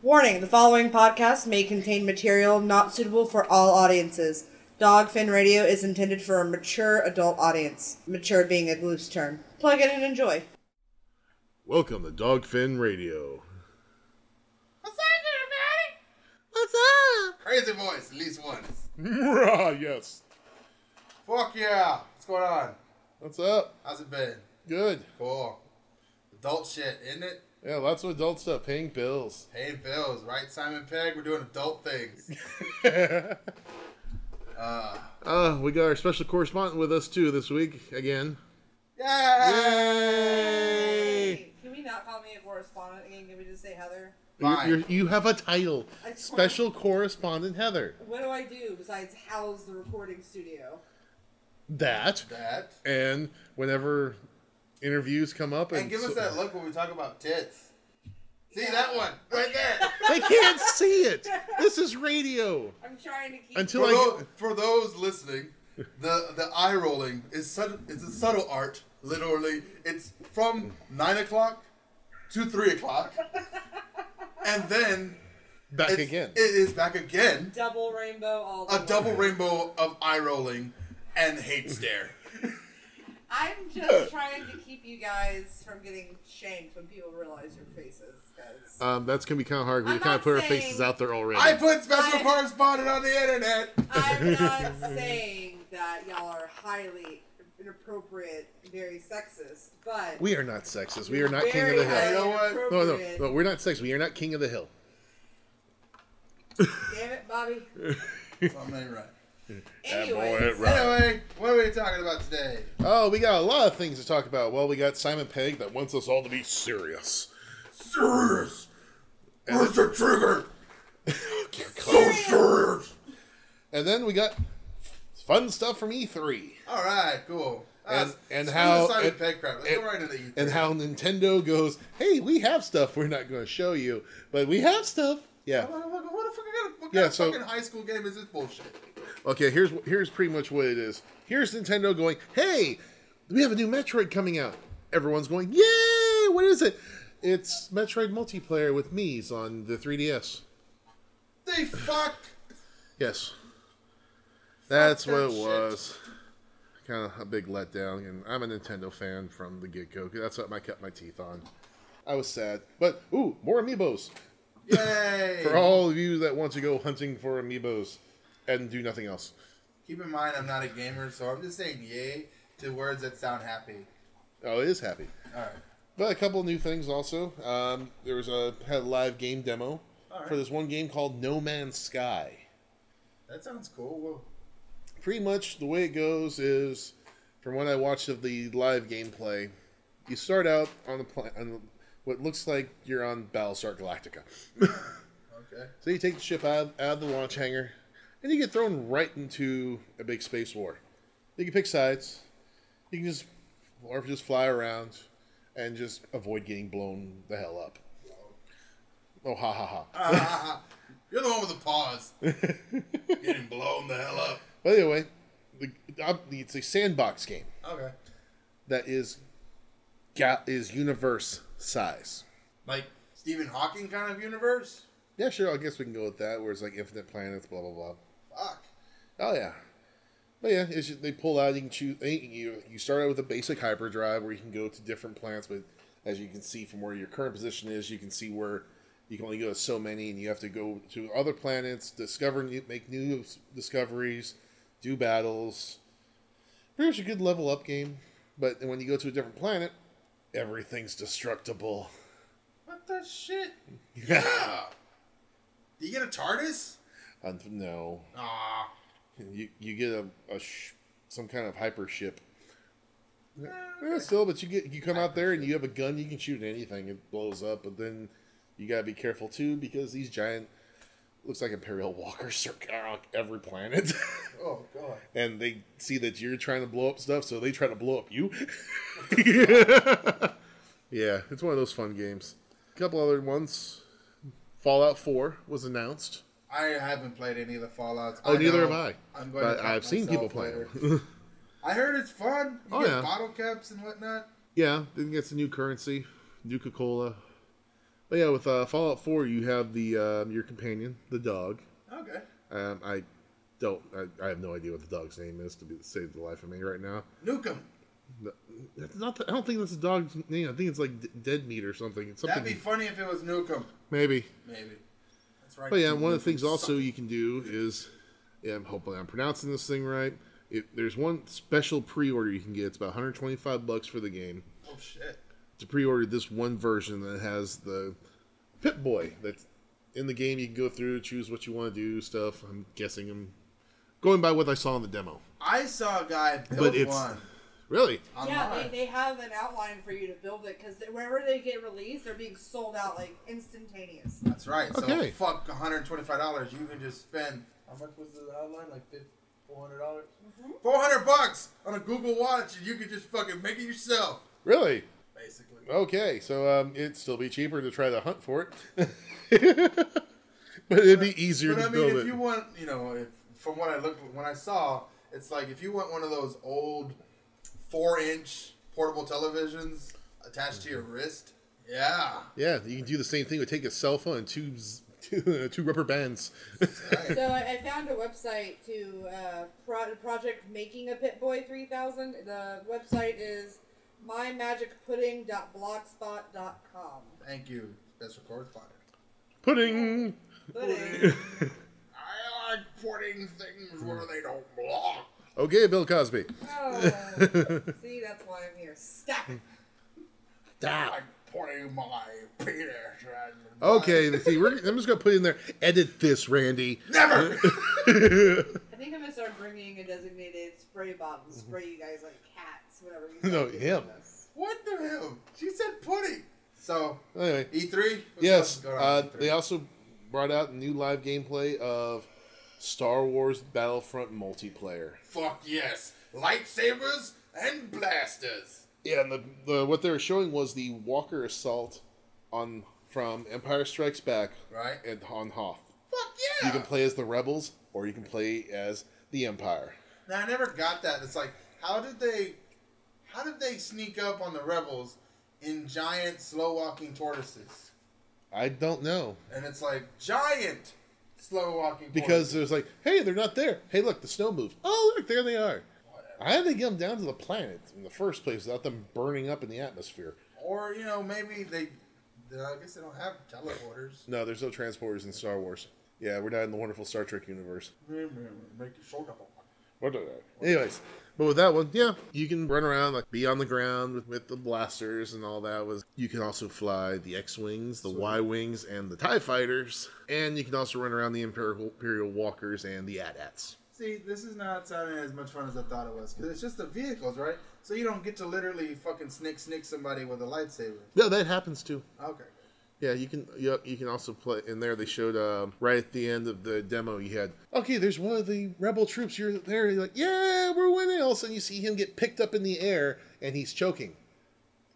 Warning the following podcast may contain material not suitable for all audiences. Dogfin Radio is intended for a mature adult audience, mature being a loose term. Plug in and enjoy. Welcome to Dogfin Radio. What's up, What's up? everybody? Crazy voice, at least once. Rah, yes. Fuck yeah. What's going on? What's up? How's it been? Good. Cool. Adult shit, isn't it? Yeah, lots of adult stuff, paying bills. Paying bills, right, Simon Pegg? We're doing adult things. Uh, we got our special correspondent with us too this week again. Yeah. Yay! Can we not call me a correspondent again? Can we just say Heather? You're, Fine. you're, you have a title, I just special correspondent Heather. What do I do besides house the recording studio? That That. and whenever interviews come up and And give so- us that look when we talk about tits. See that one? Right there. They can't see it. This is radio. I'm trying to keep. Until for, I tho- for those listening, the the eye rolling is subtle. It's a subtle art. Literally, it's from nine o'clock to three o'clock, and then back it's- again. It is back again. double rainbow all the A way. double rainbow of eye rolling and hate stare. I'm just trying to keep you guys from getting shamed when people realize your faces. 'cause- um, that's gonna be kind of hard. We I'm kind of not put our saying- faces out there already. I put special I- correspondent on the internet. I'm not saying that y'all are highly inappropriate, very sexist, but we are not sexist. We are not king of very the hill. highly You know what? No, no, inappropriate. no. We're not sexy. You're not king of the hill. Damn it, Bobby. Something right. Anyways, Anyway, what are we talking about today? Oh, we got a lot of things to talk about. Well, we got Simon Pegg that wants us all to be serious. Serious. Where's the trigger? So serious. And then we got fun stuff from E E3 All right, cool. And- Ah, and screw how- the Simon and- Pegg crap. Let's and- go right into E E3. and how Nintendo goes, "Hey, we have stuff. We're not going to show you, but we have stuff." Yeah. What, what, what, the fuck- what kind of- what Yeah, kind of so- fucking high school game is this bullshit? Okay. Here's here's pretty much what it is. Here's Nintendo going, "Hey, we have a new Metroid coming out." Everyone's going, "Yay! What is it?" It's Metroid multiplayer with Mii's on the 3DS. They fuck. Yes. That's that what it shit. was. Kind of a big letdown, and I'm a Nintendo fan from the get go. That's what I cut my teeth on. I was sad, but ooh, more amiibos Yay. for all of you that want to go hunting for amiibos and do nothing else. Keep in mind, I'm not a gamer, so I'm just saying yay to words that sound happy. Oh, it is happy. All right. But a couple of new things also. Um, there was a had a live game demo Alright. for this one game called No Man's Sky. That sounds cool. Well, pretty much the way it goes is from what I watched of the live gameplay, you start out on the pla- on what looks like you're on Battlestar Galactica. okay. So you take the ship out, out of the launch hangar, and you get thrown right into a big space war. You can pick sides. You can just or just fly around and just avoid getting blown the hell up. Oh ha ha ha. You're the one with the pause. Getting blown the hell up. But anyway, the, uh, it's a sandbox game. Okay. that is ga- is universe size. Like Stephen Hawking kind of universe? Yeah, sure. I guess we can go with that. Where it's like infinite planets, blah blah blah. Fuck. Oh yeah, but yeah, it's just, they pull out. You can choose. eh, You you start out with a basic hyperdrive where you can go to different planets. But as you can see from where your current position is, you can see where you can only go to so many, and you have to go to other planets, discover, new, make new s- discoveries, do battles. Pretty much a good level up game. But when you go to a different planet, everything's destructible. What the shit? Yeah. Do you get a TARDIS? Uh, no, Ah. you you get a, a sh- some kind of hyper ship. Yeah, still, but you get you come out there and you have a gun. You can shoot anything. It blows up, but then you gotta be careful too because these giant looks like imperial walkers are on every planet, Oh god. and they see that you're trying to blow up stuff, so they try to blow up you. yeah, it's one of those fun games. A couple other ones. Fallout Four was announced. I haven't played any of the Fallout's. Oh, neither know. have I. I'm going but to I've seen people play it. them. I heard it's fun. You Oh, get yeah. bottle caps and whatnot. Yeah, then gets a new currency, Nuka Cola. But yeah, with uh, Fallout Four, you have the um, your companion, the dog. Okay. Um, I don't. I, I have no idea what the dog's name is to be save the life of me right now. Nukem. No- That's not. The, I don't think that's the dog's name. I think it's like D- dead meat or something. It's something That'd be funny if it was Nukem. maybe. Maybe. That's right. But Oh, yeah, one of Nukem the things also sucked. you can do is, yeah, I'm hopefully I'm pronouncing this thing right. It, there's one special pre-order you can get. It's about 125 bucks for the game Oh shit. to pre-order this one version that has the Pip Boy that's in the game. You can go through, choose what you want to do, stuff. I'm guessing I'm going by what I saw in the demo. I saw a guy build But it's- one. Really? Yeah, online. they, they have an outline for you to build it because wherever they get released, they're being sold out like instantaneous. That's right. So Okay. fuck $125. You can just spend how much was the outline? Like four hundred dollars? Four hundred bucks on a Google Watch and you can just fucking make it yourself, Really? basically. Okay, so um, it'd still be cheaper to try to hunt for it, but it'd be easier But to I mean build if it. you want you know, if from what I looked when I saw, it's like if you want one of those old four inch portable televisions attached to your Mm-hmm. wrist, yeah. Yeah, you can do the same thing. with take a cell phone and two z- two, uh, two rubber bands. Right. so I, I found a website to uh, pro- project making a Pit Boy 3000. The website is mymagicpudding.blogspot.com. Thank you, special correspondent. Pudding. Pudding. I like putting things where Hmm. they don't belong. Okay, Bill Cosby. Oh, see, that's why I'm here. Stack it. like putting my penis in. Okay, see, we're, I'm just gonna put in there. Edit this, Randy. Never! I think I'm gonna start bringing a designated spray bottle to spray you guys like cats, whatever. You Mm-hmm. No, guys do him. with us. what the hell? She said pudding. So, Anyway, E3? What's yes, going on uh, with E E3? they also brought out new live gameplay of Star Wars Battlefront multiplayer. Fuck yes. Lightsabers and blasters. Yeah, and the, the what they were showing was the Walker assault on from Empire Strikes Back Right? and on Hoth. Fuck yeah! You can play as the rebels, or you can play as the Empire. Now I never got that. It's like, how did they, how did they sneak up on the rebels in giant slow walking tortoises? I don't know And it's like giant slow walking because there's like, hey, they're not there. Hey, look, the snow moved. Oh, look, there they are. I had to get them down to the planet in the first place without them burning up in the atmosphere. or you know maybe they, I guess they don't have teleporters. No, there's no transporters in Star Wars. Yeah, we're not in the wonderful Star Trek universe. Make your shoulder hop. What did I- Anyways, but with that one, yeah, you can run around, like be on the ground with, with the blasters and all that. Was you can also fly the X wings, the Y wings, and the Tie fighters, and you can also run around the Imperial, Imperial walkers and the AT-ATs. See, this is not sounding as much fun as I thought it was because it's just the vehicles, right? So you don't get to literally fucking snick snick somebody with a lightsaber. Yeah, that happens too. Okay. Yeah, you can. You, you can also play in there. They showed um, right at the end of the demo. You had okay. There's one of the rebel troops. You're there. You're like, yeah, we're winning. All of a sudden, you see him get picked up in the air, and he's choking.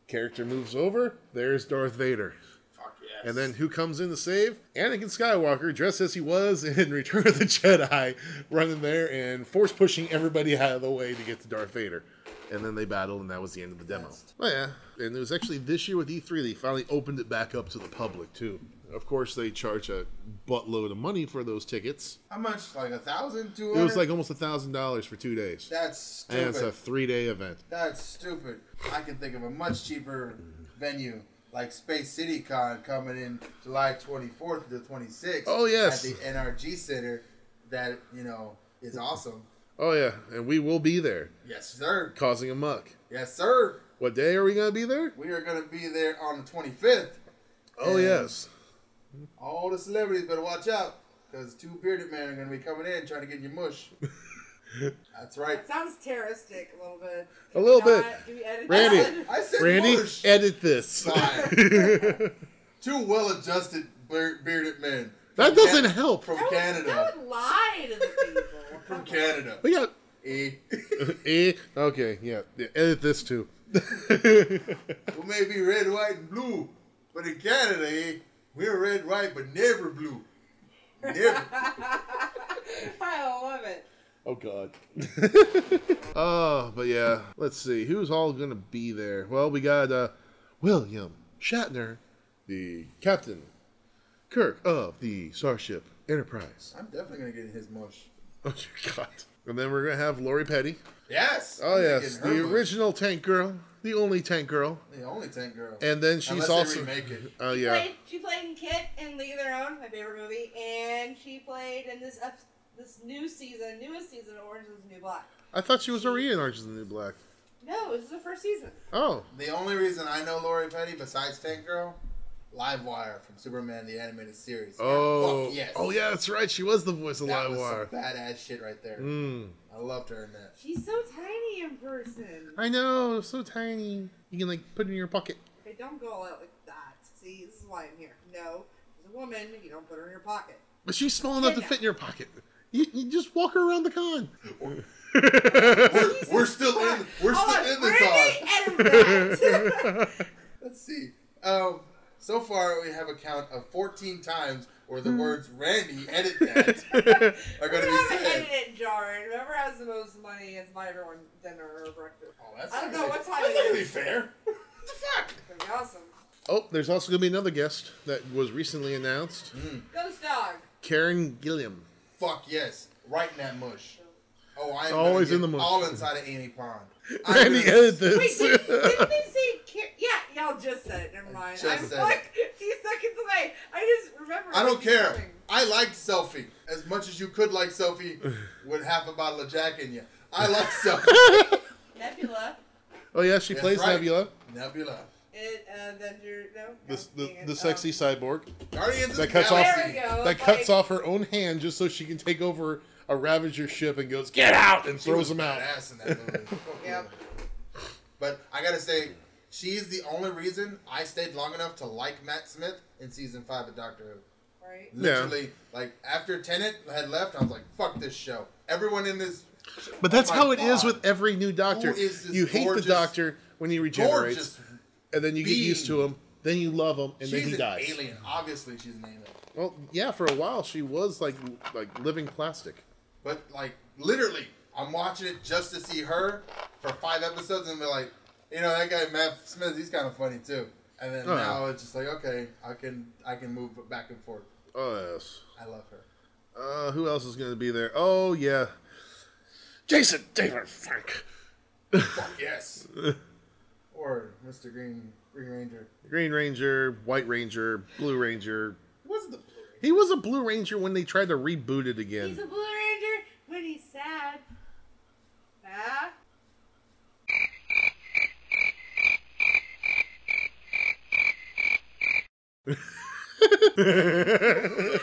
Character moves over. There's Darth Vader. Fuck yes. And then who comes in to save? Anakin Skywalker, dressed as he was in Return of the Jedi, running there and force pushing everybody out of the way to get to Darth Vader. And then they battled, and that was the end of the demo. Well, yeah. And it was actually this year with E3, they finally opened it back up to the public, too. Of course, they charge a buttload of money for those tickets. how much? Like a thousand, two It hundred. was like almost a $1,000 for two days. that's stupid. And it's a three day event. That's stupid. I can think of a much cheaper venue like Space City Con coming in July 24th to 26th. Oh, yes. At the NRG Center, that you know is awesome. Oh, yeah. And we will be there, Yes, sir. causing a muck. Yes, sir. What day are we going to be there? We are gonna be there on the 25th. Oh, And yes. All the celebrities better watch out, cause two bearded men are gonna be coming in trying to get in your mush. That's right. That sounds terroristic a little bit. A little Can we bit. not- can we edit Randy. that? I said Randy, eh. mush. edit this. Fine. two well-adjusted bear- bearded men. That doesn't help. From That would- Canada. That would lie to the people. From Canada. We got Eh. eh, okay, yeah, yeah, edit this too. we may be red, white, and blue, but in Canada, eh, we're red, white, but never blue. Never. I love it. oh God. oh, but yeah, let's see who's all gonna be there. Well, we got uh, William Shatner the captain, Kirk of the Starship Enterprise. I'm definitely gonna get in his mush. Oh, dear God. And then we're going to have Lori Petty. Yes. Oh, I'm yes. getting her The mush. original Tank Girl. The only Tank Girl. The only tank girl. And then she's Unless they also. remake it. Oh, yeah. Played, she played in Kit and League of Their Own, my favorite movie, and she played in this up, this new season, newest season, of Orange is the New Black. I thought she was already in Orange is the New Black. No, this is the first season. Oh. The only reason I know Lori Petty besides Tank Girl, Livewire from Superman the animated series. Yeah, Oh. fuck yes. Oh, yeah, that's right. She was the voice of That was some Livewire. badass shit right there. Mm. I loved her in that. She's so tiny in person. I know. So tiny. You can, like, put it in your pocket. Okay, don't go all out like that. See, this is why I'm here. No, as a woman, you don't put her in your pocket. But she's small enough to fit in your pocket. You, you just walk her around the con. We're, Jesus we're still in. Christ. We're Oh, still in the car. Brittany and Brett. Let's see. Um, so far we have a count of 14 times where Hmm. the words "Randy edit that" are going to Remember be I said. edited jar. Remember I was the most money as my everyone dinner or breakfast. Oh, that's I don't not know really- what time That's it not is. really fair. What the fuck? Pretty awesome. Oh, there's also going to be another guest that was recently announced Ghost dog. Karen Gilliam. Fuck yes, right in that mush. Oh, I am Always gonna get in the mush. All inside of Annie Pond. I'm Randy, gonna- Wait, edit this. did, didn't they say? Car- yeah, y'all just said it. Never mind. just I'm said like two seconds away. I just remember. I don't care. something. I liked selfie as much as you could like selfie with half a bottle of Jack in you. I like selfie. Nebula. Oh, yeah, she That's plays right. Nebula, Nebula. It, uh, then you're, no, the, God the, dang it. the Um, sexy cyborg Guardians of that the cuts off Galaxy. There we go. that It's cuts like- off her own hand just so she can take over a Ravager ship and goes get out and She was throws him out. badass in that movie. Fuck yeah. Yep. But I gotta say, she's the only reason I stayed long enough to like Matt Smith in season five of Doctor Who. Um, Right. Yeah. Literally, like after Tennant had left, I was like, "Fuck this show." Everyone in this But that's Oh my how it is God. with every new Doctor. Who is this You hate gorgeous- the Doctor when he regenerates, gorgeous. and then you get being? used to him. Then you love him, and She's then he an dies. alien. Obviously, she's an alien. Well, yeah, for a while she was like like living plastic. But like literally, I'm watching it just to see her for five episodes and be like, you know, that guy Matt Smith, he's kind of funny too. And then Oh. now it's just like, okay, I can I can move back and forth. Oh yes. I love her. Uh, who else is going to be there? Oh yeah, Jason David Frank, Fuck yes. or Mr. Green Green Ranger. Green Ranger, White Ranger, Blue Ranger. What's the blue? He was a Blue Ranger when they tried to reboot it He's again. a Blue Ranger when he's sad. Ah. He even rated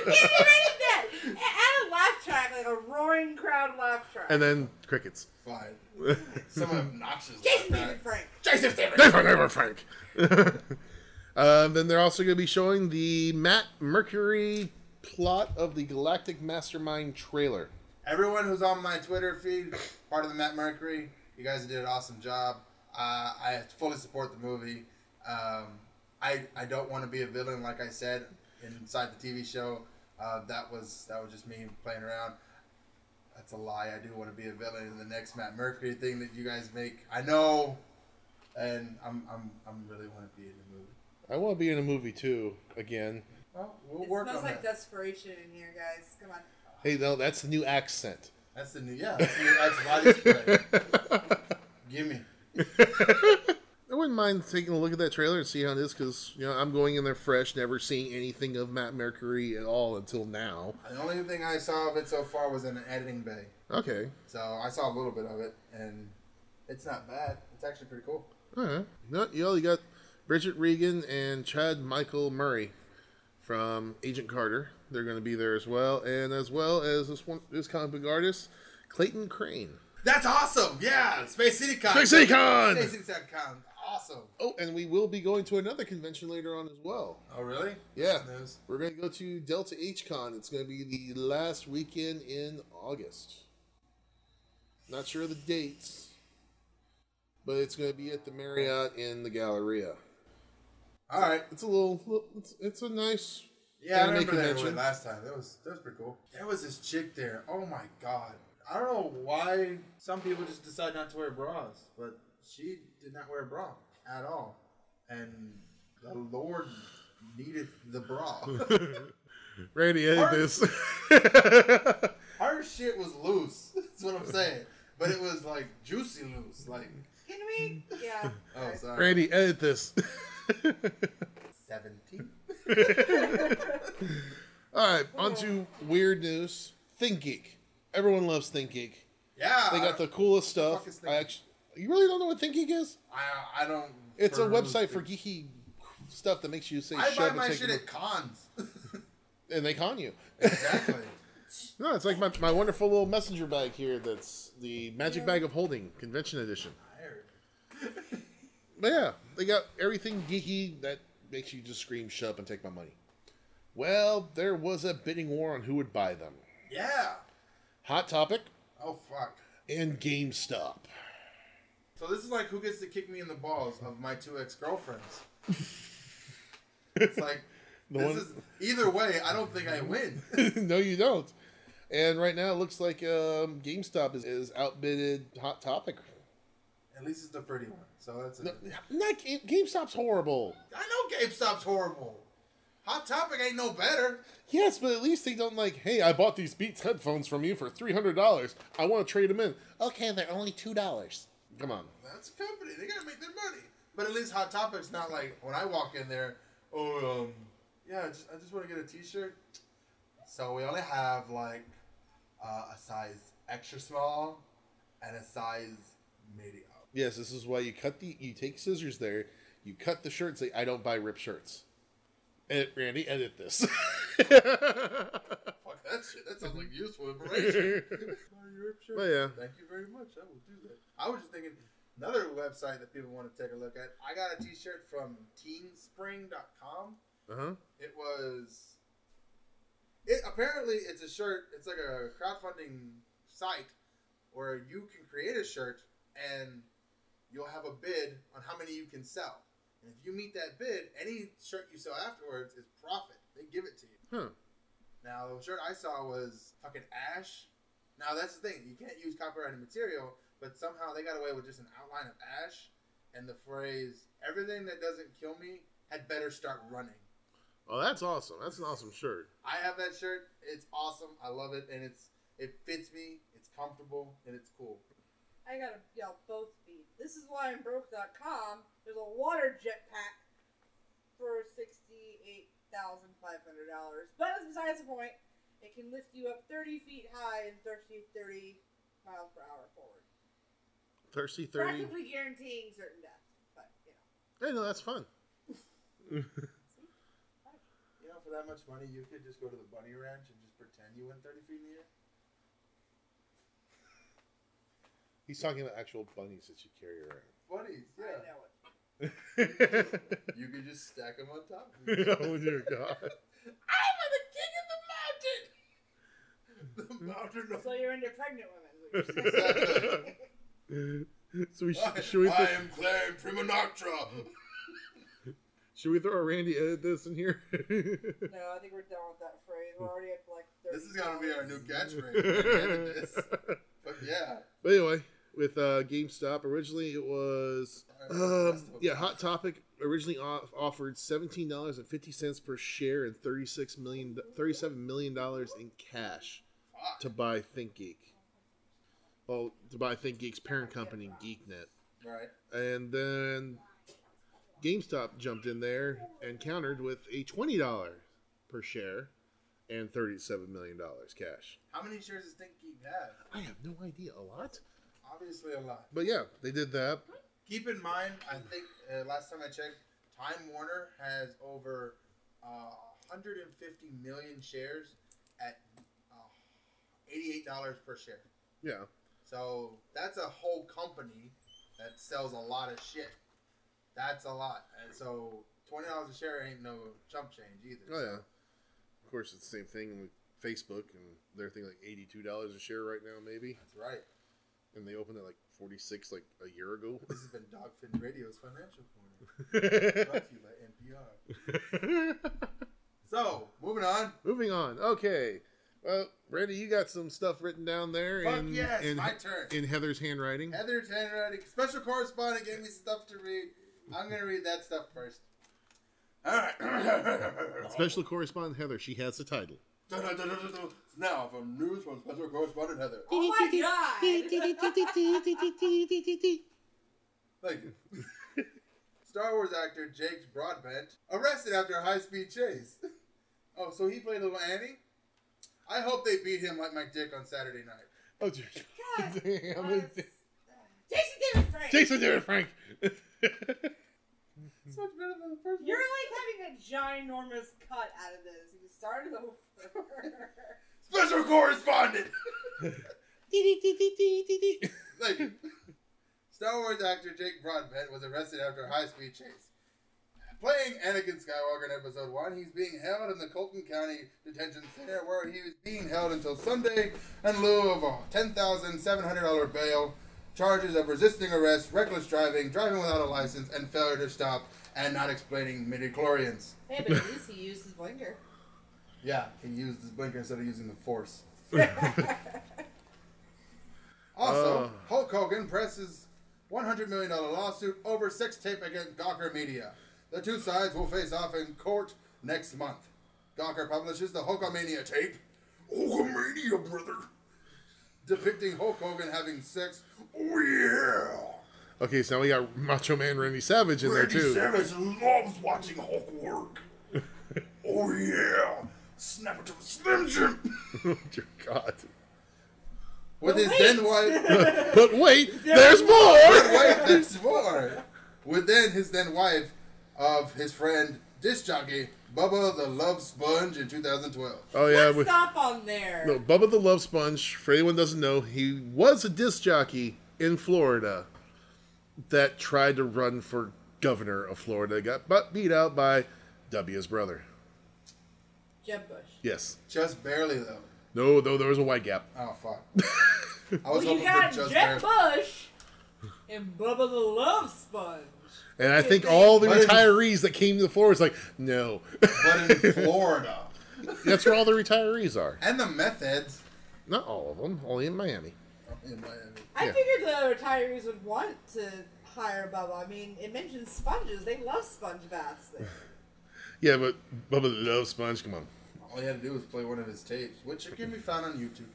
that! Add a laugh track, like a roaring crowd laugh track. and then crickets. Fine. Some obnoxious. Jason laugh David track. Frank. Jason David. David David Frank. um, then they're also going to be showing the Matt Mercury plot of the Galactic Mastermind trailer. Everyone who's on my Twitter feed, part of the Matt Mercury, you guys did an awesome job. Uh, I fully support the movie. Um, I I don't want to be a villain, like I said inside the TV show. Uh, that was that was just me playing around. That's a lie. I do want to be a villain in the next Matt Mercury thing that you guys make. I know, and I'm I'm I'm really want to be in the movie. I want to be in a movie too again. Well, we'll It work smells on like that. desperation in here, guys. Come on. Hey, no, that's the new accent. That's the new yeah. That's, the new, that's why this play. Give me. I wouldn't mind taking a look at that trailer and see how it is because you know I'm going in there fresh, never seeing anything of Matt Mercury at all until now. The only thing I saw of it so far was in the editing bay. Okay, So I saw a little bit of it, and it's not bad. It's actually pretty cool. all right. No, you know, you got Bridget Regan and Chad Michael Murray from Agent Carter. They're going to be there as well, and as well as this one, this comic book artist, Clayton Crane. That's awesome! Yeah! Space City Con! Space City Con! Space City Con. Awesome! Oh, and we will be going to another convention later on as well. Oh, really? Yeah, That's news. we're going to go to Delta H Con. It's going to be the last weekend in August. Not sure of the dates, but it's going to be at the Marriott in the Galleria. All right. It's a little, little- it's, it's a nice. Yeah, I anime remember that convention. one last time. That was that was pretty cool. There was this chick there. Oh my god! I don't know why some people just decide not to wear bras, but she did not wear a bra at all. And the Lord needed the bra. Randy, edit Art- this. Her shit was loose. That's what I'm saying. But it was like juicy loose. Like, Can we? Yeah. oh, sorry. Randy, edit this. 17? All right, on to weird news. Think Geek. Everyone loves Think Geek. Yeah. They got the coolest stuff. fuck is Think I Geek? actually, you really don't know what Think Geek is? I, I don't. It's a for those website for people. geeky stuff that makes you say I shut buy and my take shit a- at cons. and they con you. exactly. No, it's like my, my wonderful little messenger bag here that's the magic bag of holding convention edition. But yeah, they got everything geeky that makes you just scream, shut up and take my money. Well, there was a bidding war on who would buy them. Yeah. Hot Topic Oh, fuck. and GameStop. So this is like who gets to kick me in the balls of my two ex girlfriends. it's like The this one- is either way. I don't think I win. no, you don't. And right now, it looks like um, GameStop is, is outbidded Hot Topic. At least it's the pretty one. So that's it. No, not Game, GameStop's horrible. I know GameStop's horrible. Hot Topic ain't no better. Yes, but at least they don't like. Hey, I bought these Beats headphones from you for three hundred dollars. I want to trade them in. Okay, they're only two dollars. Come on. That's a company. They gotta make their money. But at least Hot Topic's not like when I walk in there. Oh, um, yeah. I just, I just want to get a T-shirt. So we only have like uh, a size extra small and a size medium. Yes, this is why you cut the. You take scissors there. You cut the shirt. and Say, I don't buy ripped shirts. Edit, Randy, edit this. Fuck that shit. That sounds like useful information. Buy your rip shirt. Oh, yeah. Thank you very much. I will do that. I was just thinking another website that people want to take a look at. I got a T-shirt from Teenspring.com. Uh huh. It was. It apparently it's a shirt. It's like a crowdfunding site where you can create a shirt and you'll have a bid on how many you can sell. And if you meet that bid, any shirt you sell afterwards is profit. They give it to you. Huh. Now the shirt I saw was fucking ash. Now that's the thing, you can't use copyrighted material, but somehow they got away with just an outline of ash and the phrase everything that doesn't kill me had better start running. Oh, that's awesome. That's an awesome shirt. I have that shirt. It's awesome. I love it and it's it fits me, it's comfortable, and it's cool. I gotta yell both feet. This is why I'm broke.com. There's a water jet pack for $68,500. But that's besides the point. It can lift you up 30 feet high and 30, 30 miles per hour forward. Thirsty thirty. Practically guaranteeing certain death. But, you know. Hey, no, that's fun. You know, for that much money you could just go to the bunny ranch and just pretend you went thirty feet in the air. He's talking about actual bunnies that you carry Bunnies, I yeah. know it. around. You could just stack them on top. of each oh dear God! I'm the king of the mountain. The mountain of So you're into pregnant women. is what you're saying. Exactly. So we I, sh- should we I th- am Claire Prima Noctra. should we throw a Randy edit this in here? no, I think we're done with that phrase. We're already up to like 30. This is gonna be our new catchphrase. at the end of this. But yeah, but anyway, with uh, GameStop, originally it was um, yeah Hot Topic originally off- offered seventeen dollars and fifty cents per share and thirty six million thirty seven million dollars in cash fuck. to buy ThinkGeek. Well, to buy ThinkGeek's parent company, GeekNet. Right. And then GameStop jumped in there and countered with a $20 per share and $37 million cash. How many shares does ThinkGeek have? I have no idea. A lot? Obviously a lot. But yeah, they did that. Keep in mind, I think uh, last time I checked, Time Warner has over uh, 150 million shares at uh, $88 per share. Yeah. So that's a whole company that sells a lot of shit. That's a lot. And so twenty dollars a share ain't no chump change either. Oh, yeah. Of course, it's the same thing with Facebook, and they're thinking like $82 a share right now, maybe. That's right. And they opened at like 46 like a year ago. This has been Dogfin Radio's Financial Corner. brought to you by NPR. So moving on. Moving on. Okay. Well, Randy, you got some stuff written down there. Fuck in, yes, in, my turn. In Heather's handwriting. Heather's handwriting. Special correspondent gave me stuff to read. I'm gonna read that stuff first. All right. Special correspondent Heather, she has the title. now for news from special correspondent Heather. Oh my god! Thank you. Star Wars actor Jake Broadbent arrested after a high-speed chase. Oh, so he played Little Annie. I hope they beat him like my dick on Saturday night. Oh, dear. God. Damn Jason it. David Frank! Jason David Frank. It's much better than the first You're one. like having a ginormous cut out of this. You started over. Special correspondent. Thank you. Star Wars actor Jake Broadbent was arrested after a high-speed chase. Playing Anakin Skywalker in Episode 1, he's being held in the Colton County Detention Center where he was being held until Sunday in lieu of a $10,700 bail, charges of resisting arrest, reckless driving, driving without a license, and failure to stop and not explaining midichlorians. hey, but at least he used his blinker. Yeah, he used his blinker instead of using the force. also, Uh. Hulk Hogan presses $100 million lawsuit over sex tape against Gawker Media. The two sides will face off in court next month. Gawker publishes the Hulkamania tape. Hulkamania, brother! Depicting Hulk Hogan having sex. Oh, yeah! okay, so now we got Macho Man Randy Savage in Randy there, too. Savage loves watching Hulk work. oh, yeah! Snap it to the Slim Jim! Oh, dear God. With his wait. then wife, But wait, there's more! wait, there's more. With then his then wife of his friend disc jockey Bubba the Love Sponge in 2012. Oh, yeah. Let's With, stop on there. no, Bubba the Love Sponge, for anyone who doesn't know, he was a disc jockey in Florida that tried to run for governor of Florida, got butt beat out by W's brother. Jeb Bush. Yes. Just barely though. No, though there was a white gap. Oh fuck. I Well, was you hoping got for just Jeb barely. Bush and Bubba the Love Sponge. And I think thing. all the But in- retirees that came to the floor was like, no. But in Florida. That's where all the retireees are. And the methods Not all of them, only in Miami. in Miami. I Yeah. figured the retirees would want to hire Bubba. I mean, it mentions sponges. They love sponge baths. there. Yeah, but Bubba the Love Sponge, come on. All he had to do was play one of his tapes, which can be found on YouTube.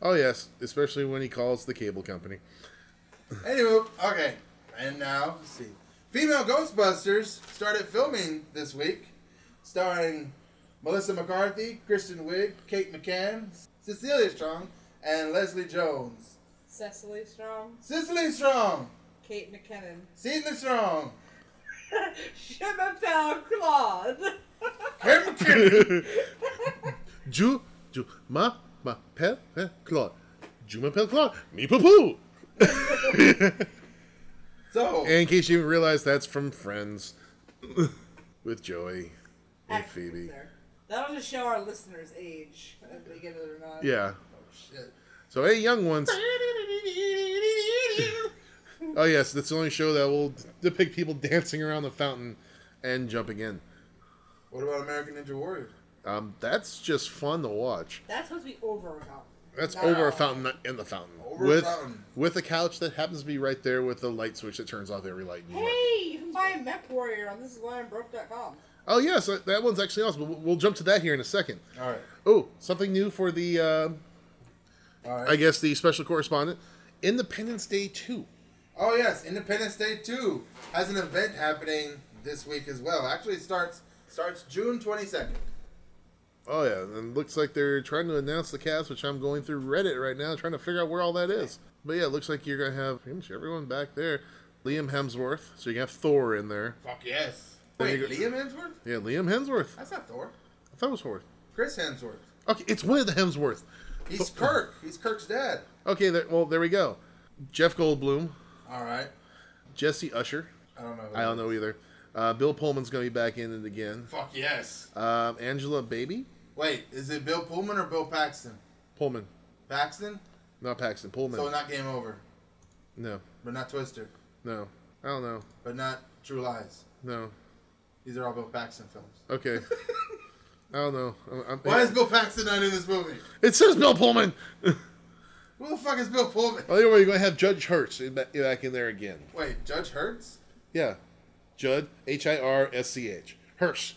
Oh, yes, especially when he calls the cable company. Anywho, okay. And now, let's see. Female Ghostbusters started filming this week, starring Melissa McCarthy, Kristen Wiig, Kate McCann, Cecilia Strong, and Leslie Jones. Cecily Strong, Cicely Strong, Kate McKinnon, Cecilia Strong, Shemapel Claude. Kate McKinnon, Ju, Ju, Ma, Ma, Pel, Pel, Claude. Ju, Ma, Pel, Claude. Me, Poo, Poo. so And in case you didn't realize, that's from Friends with Joey and Phoebe. That'll just show our listeners' age, if they get it or not. Yeah. shit. So, hey, young ones. Oh, yes, that's the only show that will depict people dancing around the fountain and jumping in. What about American Ninja Warrior? Um, that's just fun to watch. That's supposed to be over a fountain. That's Not over a out. fountain, not in the fountain. Over a with fountain. with a couch that happens to be right there with the light switch that turns off every light. in New York. Hey, you can buy a Mech Warrior on thisiswhyimbroke.com. Oh yes, that- that one's actually awesome. We'll, we'll jump to that here in a second. All right. Oh, something new for the uh, All right. I guess the special correspondent, Independence Day two. Oh yes, Independence Day two has an event happening this week as well. Actually, it starts starts June twenty second. Oh yeah, and it looks like they're trying to announce the cast, which I'm going through Reddit right now, trying to figure out where all that is. But yeah, it looks like you're gonna have pretty much everyone back there. Liam Hemsworth, so you can have Thor in there. Fuck yes. There Wait, you go. Liam Hemsworth? Yeah, Liam Hemsworth. That's not Thor. I thought it was Horth. Chris Hemsworth. Okay, it's one of the Hemsworth. He's Kirk. He's Kirk's dad. Okay, there, well there we go. Jeff Goldblum, All right. Jesse Usher. I don't know. who- I don't know either. Uh, Bill Pullman's gonna be back in it again. Fuck yes. Um, Angela Baby, Wait, is it Bill Pullman or Bill Paxton? Pullman, Paxton. not Paxton. Pullman. So not Game Over, no, but not Twister, no, I don't know. but not True Lies. No. These are all Bill Paxton films. Okay. I don't know. I'm, I'm, Why is Bill Paxton not in this movie? It says Bill Pullman. oh, Who the fuck is Bill Pullman? anyway, you're gonna have Judge Hurts in- ba- back in there again. Wait, Judge Hurts? Yeah, Judd H I R S C H Hirsch.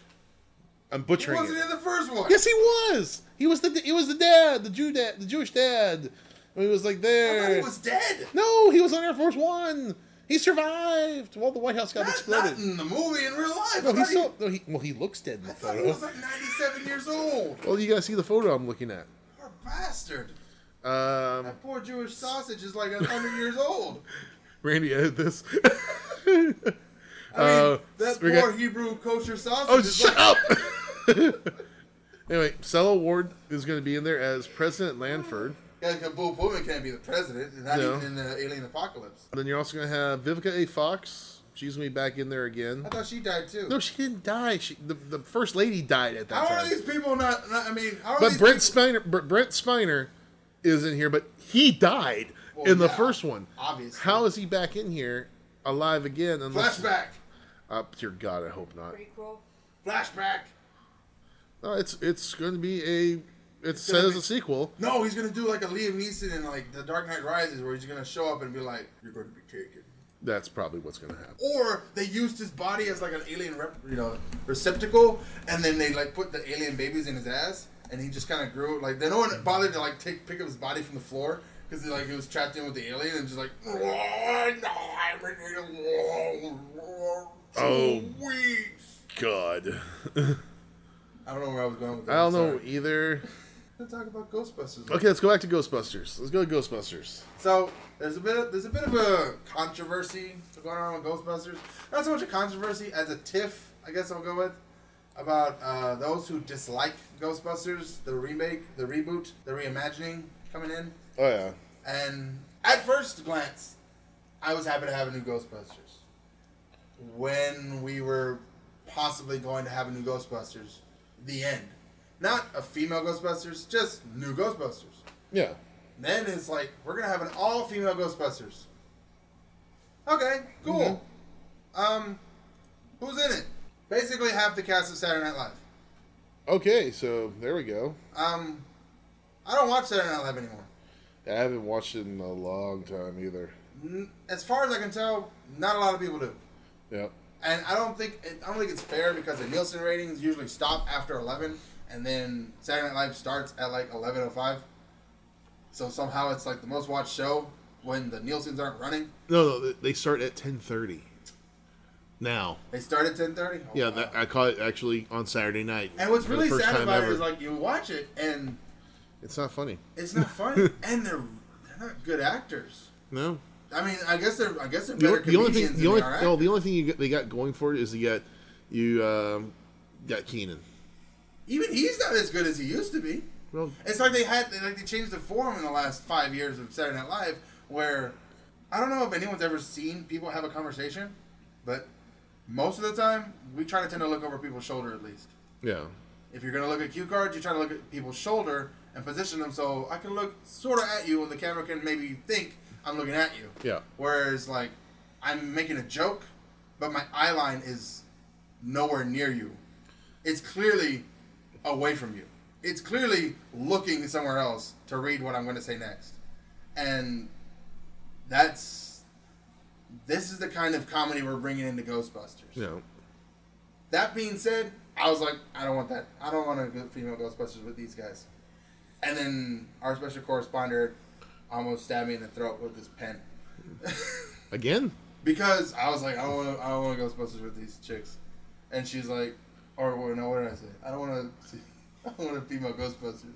I'm He butchering wasn't it. in the first one. Yes, he was. He was the he was the dad, the Jew dad, the Jewish dad. When he was like I there. thought he was dead. No, he was on Air Force One. He survived while the White House got Not, exploded. not in the movie, in real life. no, I he's thought still. he- No, he, well, he looks dead in the I thought he photo. was like 97 years old. Well, you gotta see the photo I'm looking at. Poor bastard. Um, That poor Jewish sausage is like 100 years old. Randy, edit this. I mean, Uh, that we poor got- Hebrew kosher sausage oh, is shut like, up! anyway, Stella Ward is gonna be in there as President Lanford. Yeah, 'cause Bo Pullman can't be the president, and not No. even in the alien apocalypse. Then you're also gonna have Vivica A. Fox. She's gonna be back in there again. I thought she died too. No, she didn't die. She the, the first lady died at that how time. are these people not, not- I mean, how are But these Brent people, Spiner, Br- Brent Spiner is in here, but he died Well, in the yeah, first one. obviously. How is he back in here, alive again? Unless, Flashback. Uh, dear God, I hope not. Prequel. Flashback. No, it's it's going to be a. It's gonna said as be- a sequel. No, he's gonna do like a Liam Neeson in like The Dark Knight Rises, where he's gonna show up and be like, "You're going to be taken." That's probably what's going to happen. Or they used his body as like an alien, rep, you know, receptacle, and then they like put the alien babies in his ass, and he just kind of grew. Like they no one bothered to like take pick up his body from the floor because like he was trapped in with the alien and just like, "No, I'm in here Oh. for weeks." God, I don't know where I was going with that. I don't sorry. know either. Let's talk about Ghostbusters. Okay, let's go back to Ghostbusters. Let's go to Ghostbusters. So there's a bit of, there's a bit of a controversy going on with Ghostbusters. Not so much a controversy as a tiff, I guess I'll go with, about uh, those who dislike Ghostbusters, the remake, the reboot, the reimagining coming in. Oh yeah, And at first glance, I was happy to have a new Ghostbusters. When we were possibly going to have a new Ghostbusters, the end. Not a female Ghostbusters, just new Ghostbusters. yeah. Then it's like we're gonna have an all-female Ghostbusters. Okay, cool. Mm-hmm. Um, who's in it? Basically, half the cast of Saturday Night Live. Okay, so there we go. Um, I don't watch Saturday Night Live anymore. I haven't watched it in a long time either. N- As far as I can tell, not a lot of people do. Yep. And I don't think it, I don't think it's fair because the Nielsen ratings usually stop after eleven, and then Saturday Night Live starts at like eleven oh five. So somehow it's like the most watched show when the Nielsen's aren't running. No, no, they- they start at ten thirty. Now. They start at ten thirty. Oh, Yeah, wow. that, I caught it actually on Saturday night. And what's for the really first sad time about it ever. is like you watch it and it's not funny. it's not funny, and they're they're not good actors. No, I mean, I guess they're I guess they're the, better o- the only comedians thing, than the only, they are no, actors. the only thing you got, they got going for it is you got you um, got Keenan. Even he's not as good as he used to be. Well, It's like they had like they changed the form in the last five years of Saturday Night Live, where I don't know if anyone's ever seen people have a conversation, but most of the time we try to tend to look over people's shoulder at least. yeah, If you're gonna look at cue cards, you try to look at people's shoulder and position them so I can look sort of at you, and the camera can maybe think I'm looking at you. yeah, Whereas like I'm making a joke, but my eye line is nowhere near you. It's clearly away from you. It's clearly looking somewhere else to read what I'm going to say next. And that's this is the kind of comedy we're bringing into Ghostbusters. yeah. That being said, I was like, I don't want that. I don't want a good female Ghostbusters with these guys. And then our special correspondent almost stabbed me in the throat with his pen. Again, Because I was like, I don't want to, I don't want to Ghostbusters with these chicks, and she's like, or well, no, what did I say? I don't want to, I don't want to female Ghostbusters.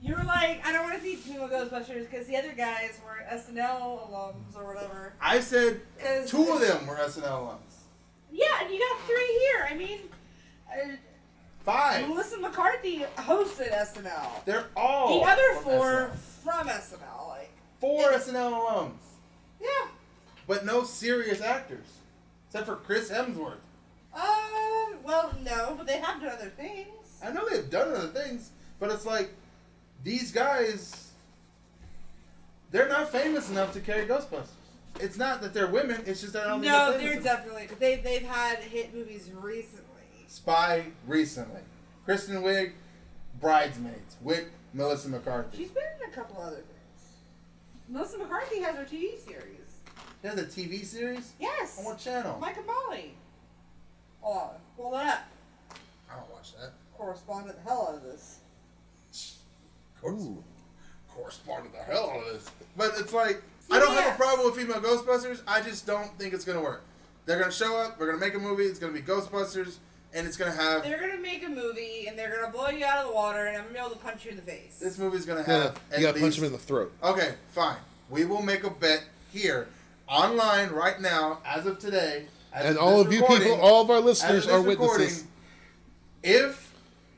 You were like, I don't want to see Puma Ghostbusters because the other guys were SNL alums or whatever. I said 'Cause- two of them were SNL alums. Yeah, and you got three here. I mean, uh, Five. Melissa McCarthy hosted SNL. They're all the other from four SNL. from SNL. Like, four SNL alums, yeah. but no serious actors, except for Chris Hemsworth. Uh, well, no, but they have done other things. I know they've done other things, but it's like these guys, they're not famous enough to carry Ghostbusters. It's not that they're women; it's just that I don't think No, famous they're enough. definitely they they've had hit movies recently. Spy recently. Kristen Wiig, Bridesmaids with Melissa McCarthy. She's been in a couple other things. Melissa McCarthy has her TV series. There's a TV series Yes. on what channel? Mike and Molly. Oh, pull that up. I don't watch that. Corresponded the hell out of this. Corres- Ooh. Corresponded the hell out of this. But it's like I don't have Yes. a problem with female Ghostbusters. I just don't think it's gonna work. They're gonna show up. We're gonna make a movie. It's gonna be Ghostbusters, and it's gonna have They're gonna make a movie and they're gonna blow you out of the water and I'm gonna be able to punch you in the face. this movie's No, gonna no, have. you at gotta punch him in least- the throat. Okay, fine. We will make a bet here, online, right now, as of today. As And of all this of you recording, people, all of our as of listeners this are witnesses. recording, If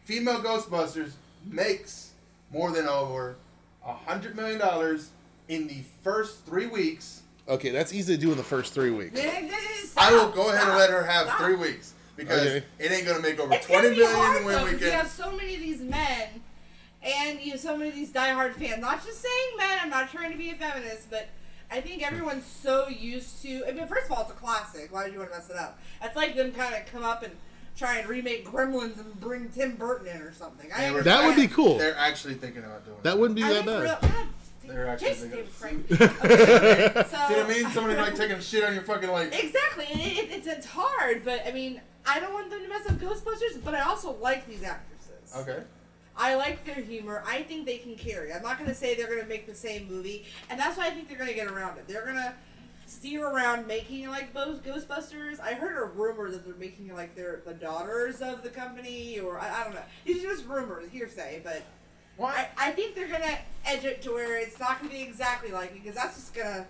female Ghostbusters makes more than over a hundred million dollars in the first three weeks, Okay, that's easy to do in the first three weeks. I will go ahead and let her have three weeks because Okay. it ain't gonna make over It's twenty gonna be million hard in one though, 'cause you weekend. have so many of these men, and you have so many of these diehard fans. Not just saying men. I'm not trying to be a feminist, but I think everyone's so used to. I mean, first of all, it's a classic. Why would you want to mess it up? It's like them kind of come up and try and remake Gremlins and bring Tim Burton in or something. I They were- That would be cool. They're actually thinking about doing That wouldn't be I that think for real- bad. God, They're actually Jason thinking- David Frank. Okay, so, See what I mean? Somebody like taking a shit on your fucking like. Exactly. and It, it, it's, it's hard, but I mean, I don't want them to mess up Ghostbusters, but I also like these actresses. Okay. I like their humor. I think they can carry. I'm not going to say they're going to make the same movie, and that's why I think they're going to get around it. They're going to steer around making like those Ghostbusters. I heard a rumor that they're making like their the daughters of the company, or I, I don't know. These are just rumors, hearsay, but I, Why? I think they're going to edge it to where it's not going to be exactly like it, because that's just going to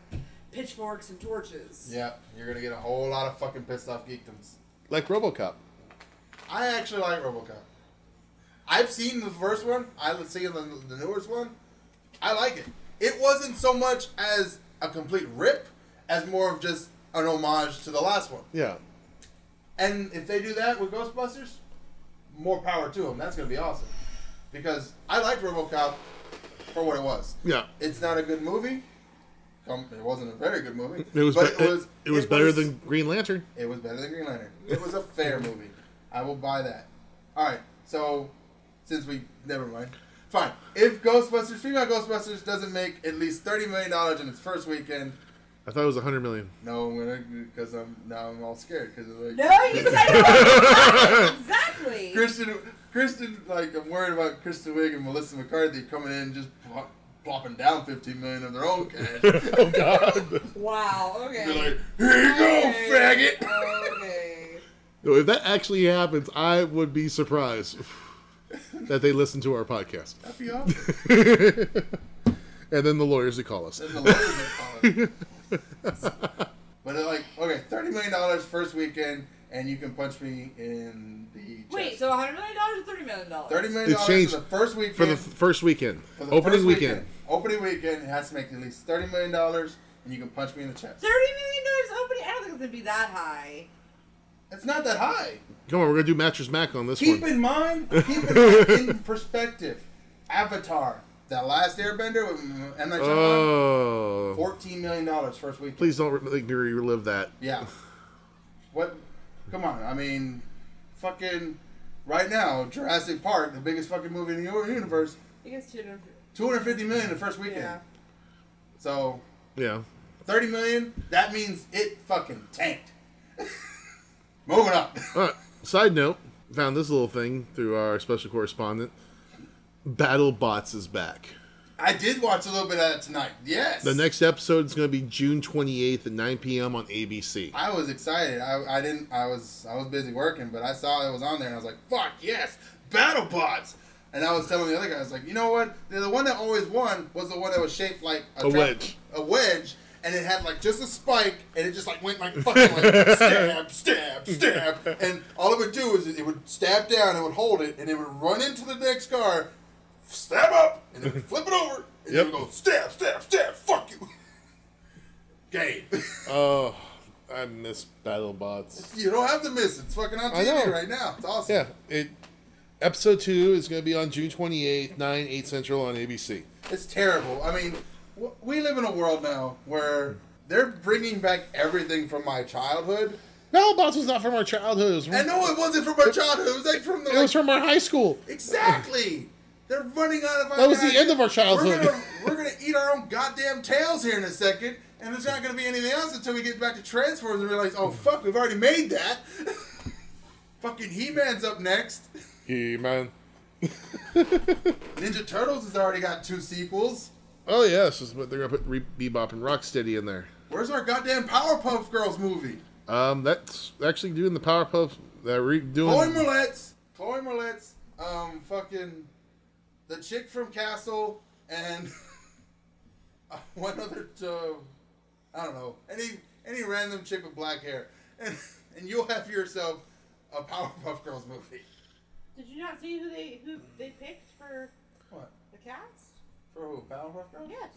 pitchforks and torches. Yeah, you're gonna get a whole lot of fucking pissed off geekdoms. Like RoboCop. I actually like RoboCop. I've seen the first one. I've seen the, the newest one. I like it. It wasn't so much as a complete rip, as more of just an homage to the last one. Yeah. And if they do that with Ghostbusters, more power to them. That's gonna be awesome. Because I liked RoboCop for what it was. Yeah. It's not a good movie. Um, It wasn't a very good movie. It was, But be- it, it was better than Green Lantern. It was better than Green Lantern. It was a fair movie. I will buy that. All right. So, since we never mind, fine. If Ghostbusters, female Ghostbusters, doesn't make at least thirty million dollars in its first weekend, I thought it was 100 million. no, I'm gonna because I'm now I'm all scared because like No, you said it exactly. Kristen, Kristen, like I'm worried about Kristen Wiig and Melissa McCarthy coming in and just plop, plopping down fifteen million of their own cash. Be Oh, God. Wow. Okay. like, here you go, faggot. Okay. No, if that actually happens, I would be surprised that they listen to our podcast. That'd be awesome. And then the lawyers would call us. Then the lawyers would call it. But they're like, okay, thirty million dollars first weekend, and you can punch me in the chest. Wait. So 100 million dollars or 30 million dollars? thirty million It dollars changed for the first weekend. For the f- first weekend, for the opening first weekend. Opening weekend, it has to make at least thirty million dollars, and you can punch me in the chest. 30 million dollars opening. I don't think it's gonna be that high. It's not that high. Come on, we're going to do Mattress Mac on this Keep one. in mind, keep in, mind, in perspective, Avatar, that last Airbender with M Night Shyamalan, Oh. fourteen million dollars first weekend. Please don't re- make me relive that. Yeah. What? Come on. I mean, fucking. Right now, Jurassic Park, the biggest fucking movie in the universe, I think it's 200. two hundred fifty million the first weekend. Yeah. So Yeah. thirty million. That means it fucking tanked. Moving up. All right. Side note, found this little thing through our special correspondent. Battle Bots is back. I did watch a little bit of that tonight. Yes. The next episode is going to be June 28th at 9 p.m. on ABC. I was excited. I, I didn't. I was. I was busy working, but I saw it was on there, and I was like, "Fuck yes, BattleBots!" And I was telling the other guy, I was like, "You know what? The, the one that always won was the one that was shaped like A wedge. a wedge, and it had like just a spike, and it just like went like fucking like stab, stab, stab, and all it would do is it would stab down, it would hold it, and it would run into the next car, stab up, and then flip it over, and Yep. it would go stab, stab, stab, fuck you, game." Oh, I miss Battle Bots. You don't have to miss it. It's fucking on I TV know. right now. It's awesome. Yeah, it. Episode two is going to be on June 28th, 9, 8 central on ABC. It's terrible. I mean, w- we live in a world now where they're bringing back everything from my childhood. Battle Bots was not from our childhood. It was from, And no, it wasn't from our childhood. It was like from the. it was from our high school. exactly. They're running out of. That was the end of our We're childhood. gonna, we're gonna eat our own goddamn tails here in a second, and there's not gonna be anything else until we get back to Transformers and realize, oh fuck, we've already made that. Fucking He-Man's up next. He Man. Ninja Turtles has already got two sequels. Oh yes, is what they're gonna put Re- Bebop and Rocksteady in there. Where's our goddamn Powerpuff Girls movie? Um, that's actually doing the Powerpuff. They're Chloe redoing. Moretz, Chloe Moretz, um, fucking the chick from Castle, and one other, uh, I don't know, any any random chick with black hair, and and you'll have yourself a Powerpuff Girls movie. Did you not see who they who they picked for What? the cast? For who? Powerpuff Girls? Yes.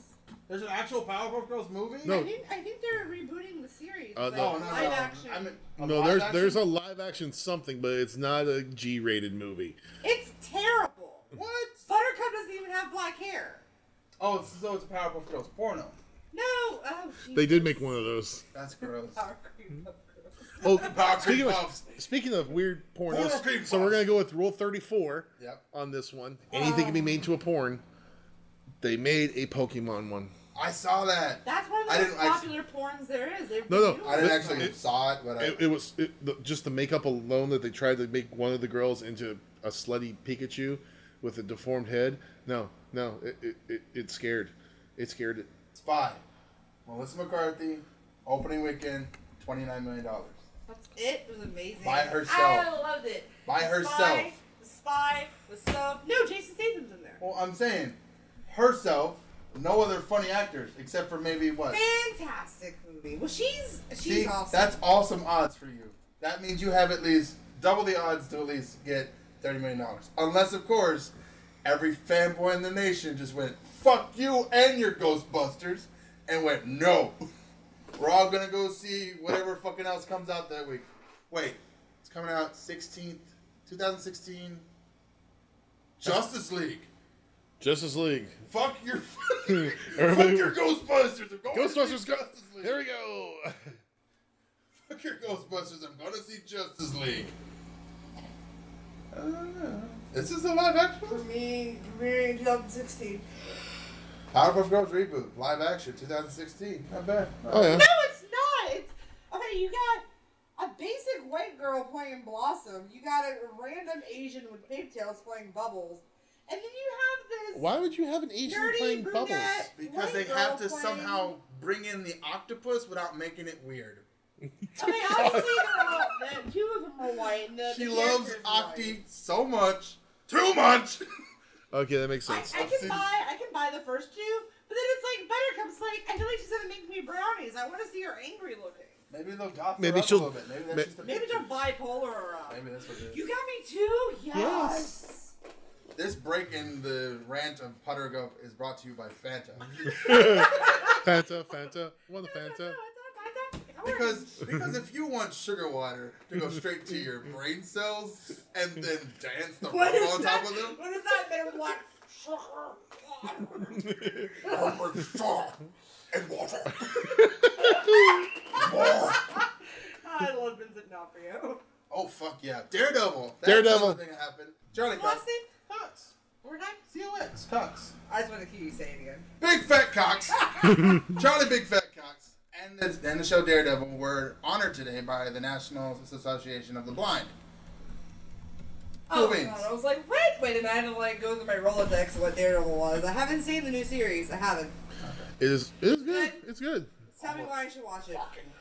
There's an actual Powerpuff Girls movie? No. I think I think they're rebooting the series. Uh, like, no. Oh, no, no. live action. I mean, a No, live there's action? there's a live action something, but it's not a G-rated movie. it's terrible. What? Buttercup doesn't even have black hair. Oh, it's- so it's a Powerpuff Girls porno. No. Oh, They did make one of those. That's gross. Power creep up girls. Oh, Power speaking creep of, puffs. speaking of weird porn, Porno let's- creep so we're puffs. gonna go with Rule Thirty Four Yep. on this one. Anything can be made to a porn. They made a Pokemon one. I saw that. That's one of I the most didn't- I- popular porns there is. They No, no, redo I didn't it. actually saw it, but I, It, it was it, the, just the makeup alone that they tried to make one of the girls into a slutty Pikachu with a deformed head. No, no, it it, it, it scared. It scared it. Spy. Melissa McCarthy, opening weekend, $29 million. That's it. It was amazing. By herself. I loved it. By The herself. Spy, the spy, the sub. No, Jason Statham's in there. Well, I'm saying herself, no other funny actors except for maybe what? Fantastic movie. Well, she's she's See, awesome. that's awesome odds for you. That means you have at least double the odds to at least get $30 million. Unless, of course, every fanboy in the nation just went, fuck you and your Ghostbusters, and went, no. We're all gonna go see whatever fucking else comes out that week. Wait, it's coming out 16th, 2016. Justice League. Justice League. Fuck your fuck Everybody- your Ghostbusters. I'm going to see Ghostbusters. Go- Justice League. there we go. Fuck your Ghostbusters, I'm gonna see Justice League. I don't know. This is a live for action? me, premiering in 2016. Powerpuff Girls reboot, live action, 2016. Not bad. Oh yeah. No, it's not. It's okay. You got a basic white girl playing Blossom. You got a random Asian with pigtails playing Bubbles, and then you have this Why would you have an Asian Dirty playing brunette. Bubbles? Because White they girl have to playing- somehow bring in the octopus without making it weird. I mean, obviously they're all the two of them are white. And the, She the loves character's Octi white. so much. Too much! Okay, that makes I, sense. I can buy, I can buy the first two, but then it's like Buttercup's like, I feel like she's gonna make me brownies. I want to see her angry looking. Maybe they'll goth her Maybe up a she'll- little bit. Maybe that's ma- just a Maybe they're bipolar or uh, Maybe that's what it is. You got me too. Yes. This break in the rant of Putter Gump is brought to you by Fanta. Fanta, Fanta. One of the No, no, no, Fanta. it's not- it's not- Because because if you want sugar water to go straight to your brain cells and then dance the What rock is on that? top of them, What is that? Better black. armor strong and water. I love Vincent D'Onofrio. Oh fuck yeah, Daredevil. That's Daredevil. another Thing that happened. Johnny Cox. Blessing. Cox. We're done. Cox. Cox. I just want to keep you saying it again. Big Fat Cox. Charlie Big Fat Cox. And the, and the show Daredevil were honored today by the National Association of the Blind. Cool Oh my beans. god, I was like, wait, wait, and I had to like go through my Rolodex of what Daredevil was. I haven't seen the new series. I haven't. It is. It is good. It's good. Tell me why I should watch it.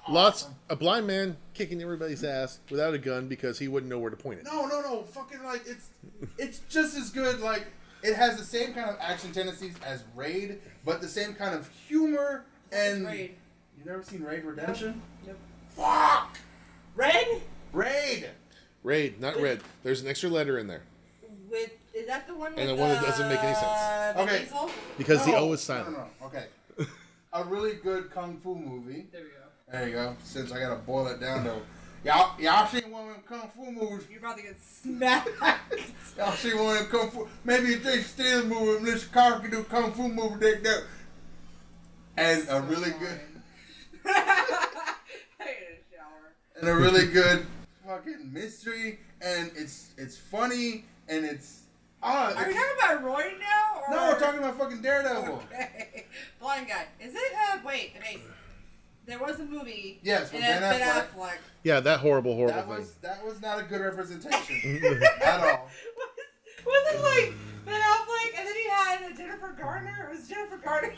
Lots. A blind man kicking everybody's ass without a gun because he wouldn't know where to point it. No, no, no. Fucking like it's it's just as good. Like it has the same kind of action tendencies as Raid, but the same kind of humor and. Raid. You never seen Raid Redemption? Nope. Fuck Red Raid. Raid, not red. There's an extra letter in there with is that the one? And with, the one that doesn't make any sense. uh, Vin Okay. Diesel? because the No, O is No, silent. no, no. Okay. A really good kung fu movie. There we go. There you go. Since I gotta boil it down though, y'all y'all seen one of them kung fu movies? You're about to get smacked. Y'all seen one of them kung fu? Maybe if they still moving, this car can do kung fu movie. They do. And a really good. I need a shower. and a really good fucking mystery, and it's it's funny, and it's Are ah. we it's- talking about Roy now? Or... no, we're talking about fucking Daredevil. Okay. Blind guy. Is it? Uh, wait, wait. There was a movie. Yes, and with it had Ben Ben Affleck. Affleck. Yeah, that horrible, horrible That thing. was that was not a good representation at all. What Was it like Ben Affleck and then he had Jennifer Garner? It was Jennifer Garner.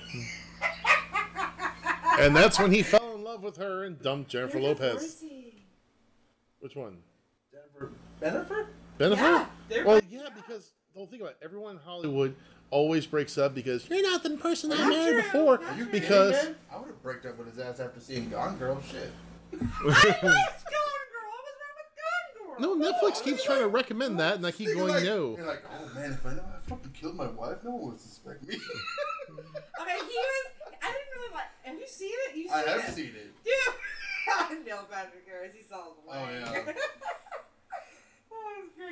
And that's when he fell in love with her and dumped Jennifer Lopez. Which one? Jennifer. Bennifer? Jennifer? Yeah, they're well, both- yeah, because don't think about it. Everyone in Hollywood always breaks up because you're not the person I Not married true, before. not true. Because Hey, man, I would have breaked up with his ass after seeing Gone Girl. Shit. I liked Gone Girl. What was wrong with Gone Girl? no, Netflix keeps trying to recommend that, and I keep Thinking going like, no. You're like, oh man, if I know I fucking killed my wife, no one would suspect me. Okay, he was. I didn't really like. Have you seen it? You've I seen have it. seen it. Dude, I know Patrick Harris. He's all the way. Oh, yeah. that was great.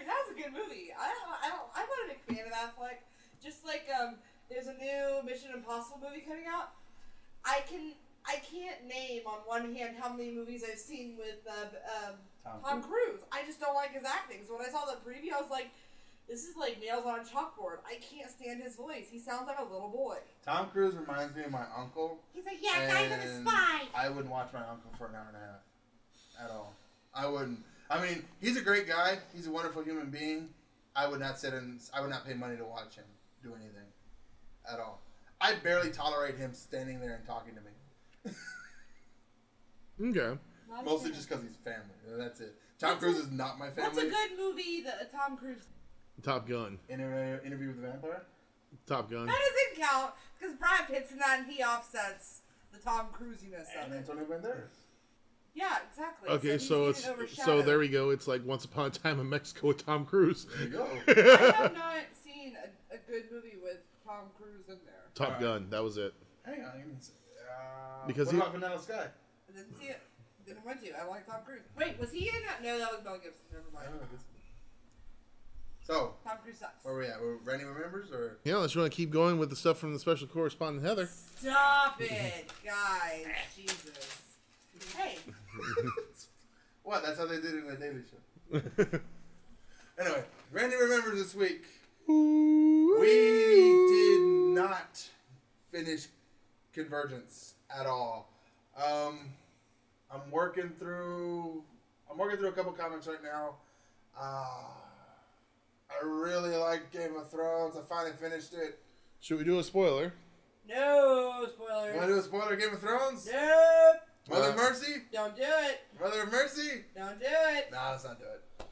That was a good movie. I don't. I don't. I'm not a big fan of Affleck. Just like um, there's a new Mission Impossible movie coming out. I can. I can't name on one hand how many movies I've seen with uh, b- um, Tom Tom Cruise. I just don't like his acting. So when I saw the preview, I was like, "This is like nails on a chalkboard." I can't stand his voice. He sounds like a little boy. Tom Cruise reminds me of my uncle. He's like, "Yeah, guys, I'm a and spy." I wouldn't watch my uncle for an hour and a half at all. I wouldn't. I mean, he's a great guy. He's a wonderful human being. I would not sit and I would not pay money to watch him do anything at all. I barely tolerate him standing there and talking to me. Okay. Not a Mostly fan. just because he's family. That's it. Tom Cruise is not my What's family. a good movie that a Tom Cruise? Top Gun. Interview, interview with the Vampire. Top Gun. That doesn't count because Brad Pitt's in that and he offsets the Tom Cruisiness of And it. Antonio Banderas. Yeah, exactly. Okay, he's so being it's so overshadowed. there we go. It's like Once Upon a Time in Mexico with Tom Cruise. There you go. I have not seen a, a good movie with Tom Cruise in there. Top Gun. That was it. Hang on. give me a sec. Uh, Because what he- about Vanilla Sky? I didn't see it. Didn't want to. I like Tom Cruise. Wait, was he in that? No, that was Mel Gibson. Never I mind. don't know this- So, Tom Cruise sucks. where are we at? Were Randy remembers or? Yeah, let's want to keep going with the stuff from the special correspondent Heather. Stop it, guys. Jesus. Hey, What? That's how they did it in the Daily Show. anyway, Randy remembers this week. We did not finish Convergence at all. Um, I'm working through. I'm working through a couple comics right now. Uh, I really like Game of Thrones. I finally finished it. Should we do a spoiler? no You spoilers. want to do a spoiler of Game of Thrones? Nope. Mother of Uh, Mercy? Don't do it. Mother of Mercy? Don't do it. Nah, let's not do it.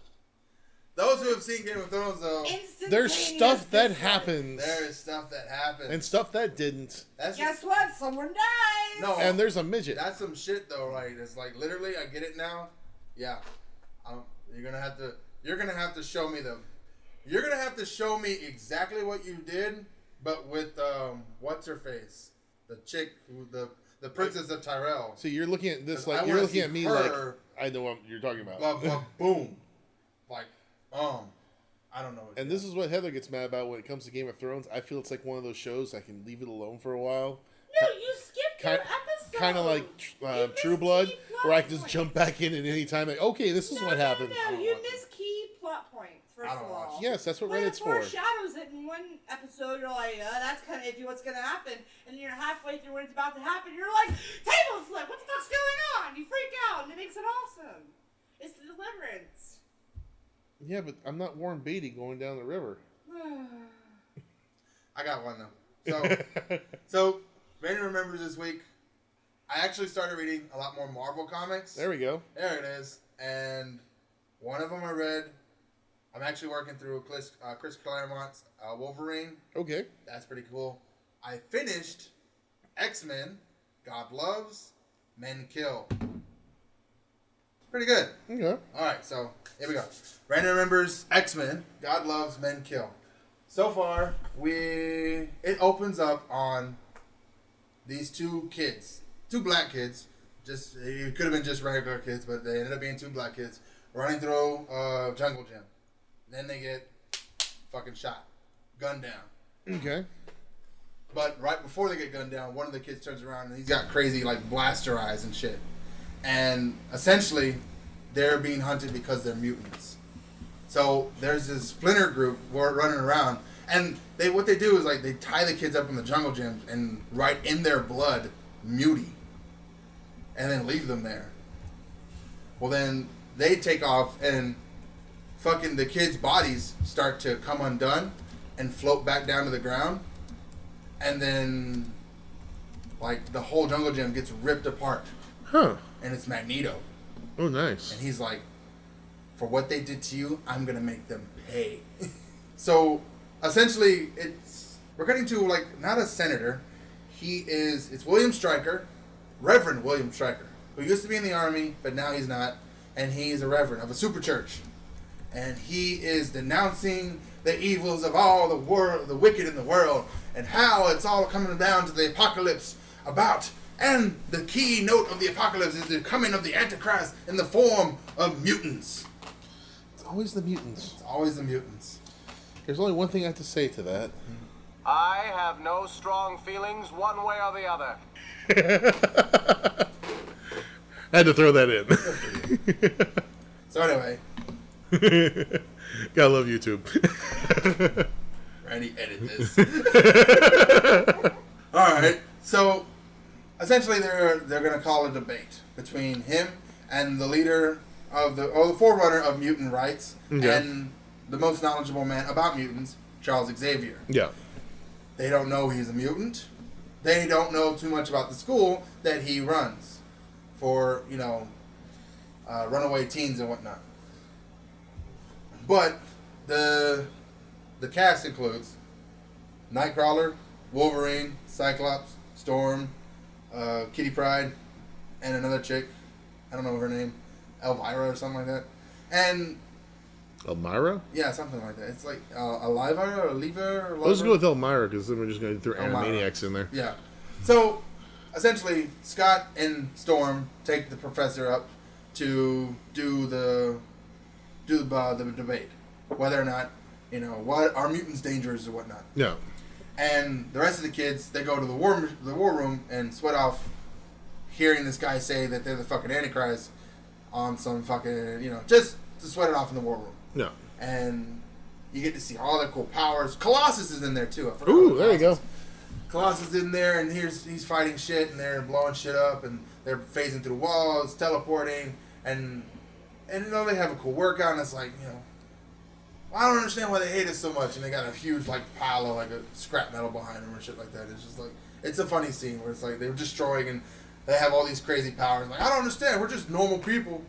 Those who have seen Game of Thrones, though, There's stuff that happens. happens there is stuff that happens. and stuff that didn't, that's Guess what? Someone dies. No. and there's a midget. that's some shit though, right? It's like literally, I get it now. Yeah, Um you're gonna have to. You're gonna have to show me the. You're gonna have to show me exactly what you did, but with um, what's her face, the chick, who the the princess of Tyrell. So you're looking at this I like wanna you're looking see at me her- like I know what you're talking about. Blah, blah, boom, like um, I don't know. what- and this is what Heather gets mad about when it comes to Game of Thrones. I feel it's like one of those shows I can leave it alone for a while. No, you skipped Kind, an episode. kind of like tr- uh, You missed True Blood, key plot where I can just points. jump back in at any time. Like, okay, this is No, what no, happened. No, don't you watch missed key plot points. First I don't of watch all, it. Yes, that's what When it Reddit's for. foreshadows it in one episode, you're like, uh, that's kind of iffy. What's gonna happen? And then you're halfway through when it's about to happen, you're like, table flip. What the fuck's going on? You freak out, and it makes it awesome. It's the deliverance. Yeah, but I'm not Warren Beatty going down the river. I got one though. So. So, Randy remembers this week. I actually started reading a lot more Marvel comics. there we go. There it is. And one of them I read. I'm actually working through Chris, uh, Chris Claremont's uh, Wolverine. Okay. That's pretty cool. I finished X Men, God Loves, Men Kill. Pretty good. Okay. All right, so here we go. Randy remembers X Men. God loves men kill. So far, we it opens up on these two kids, two black kids. Just it could have been just regular kids, but they ended up being two black kids running through uh, jungle gym. Then they get fucking shot, gunned down. Okay. But right before they get gunned down, one of the kids turns around and he's got crazy like blaster eyes and shit. And essentially, they're being hunted because they're mutants. So there's this splinter group wor- running around, and they what they do is like they tie the kids up in the jungle gym and write in their blood "muty," and then leave them there. Well, then they take off and fucking the kids' bodies start to come undone and float back down to the ground, and then like the whole jungle gym gets ripped apart, Huh. and it's Magneto, Oh, nice. and he's like, "For what they did to you, I'm gonna make them pay." so essentially, it's we're cutting to like not a senator, he is it's William Stryker, Reverend William Stryker, who used to be in the army, but now he's not, and he's a reverend of a super church. And he is denouncing the evils of all the world the wicked in the world and how it's all coming down to the apocalypse about and the key note of the apocalypse is the coming of the Antichrist in the form of mutants. It's always the mutants. It's always the mutants. There's only one thing I have to say to that. I have no strong feelings one way or the other. I had to throw that in. So anyway, Gotta love YouTube. Randy, edit this. All right. So essentially, they're they're gonna call a debate between him and the leader of the or the forerunner of mutant rights Yeah. and the most knowledgeable man about mutants, Charles Xavier. yeah. They don't know he's a mutant. They don't know too much about the school that he runs for, you know, uh, runaway teens and whatnot. But the the cast includes Nightcrawler, Wolverine, Cyclops, Storm, uh, Kitty Pride, and another chick. I don't know her name, Elvira or something like that. And Elmira? yeah, something like that. It's like uh, Elvira or Oliva or Let's Elvira? go with Elmira because then we're just going to throw Elmira. Animaniacs in there. Yeah. So, essentially, Scott and Storm take the professor up to do the do the, uh, the debate, whether or not you know what are mutants dangerous or whatnot. Yeah. And the rest of the kids they go to the war the war room and sweat off hearing this guy say that they're the fucking Antichrist on some fucking you know just to sweat it off in the war room. Yeah. And you get to see all their cool powers. Colossus is in there too. I forgot Ooh, about there you Colossus. go. Colossus in there, and here's he's fighting shit, and they're blowing shit up, and they're phasing through walls, teleporting, and and you know they have a cool workout, and it's like you know, I don't understand why they hate it so much, and they got a huge like pile of like a scrap metal behind them or shit like that. It's just like it's a funny scene where it's like they're destroying and they have all these crazy powers. Like I don't understand, we're just normal people.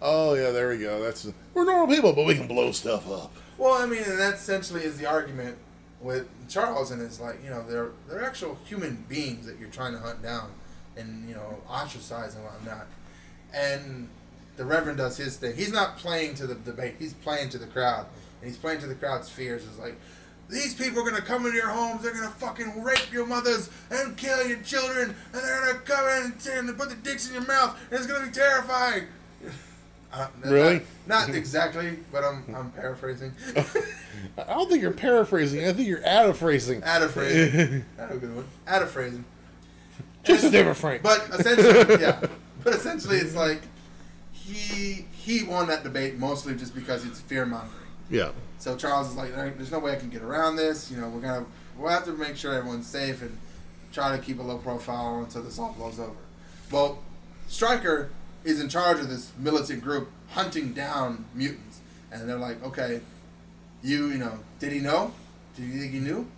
Oh, yeah, there we go. That's We're normal people, but we can blow stuff up. Well, I mean, and that essentially is the argument with Charles, and it's like you know they're they're actual human beings that you're trying to hunt down and you know ostracize and whatnot. And the Reverend does his thing. He's not playing to the debate. He's playing to the crowd, and he's playing to the crowd's fears. It's like. These people are gonna come into your homes. They're gonna fucking rape your mothers and kill your children, and they're gonna come in and- and put the dicks in your mouth. And it's gonna be terrifying. Uh, Really? Not, not exactly, but I'm I'm paraphrasing. I don't think you're paraphrasing. I think you're adaphrasing. Add a phrasing. Not a good one. Add a phrasing. Just a different Frank. But essentially, yeah. But essentially, it's like he he won that debate mostly just because it's fear mongering. yeah. So Charles is like, "There- there's no way I can get around this. You know, we're gonna we'll have to make sure everyone's safe and try to keep a low profile until this all blows over. Well, Stryker is in charge of this militant group hunting down mutants, and they're like, okay, you you know, did he know? Did you think he knew?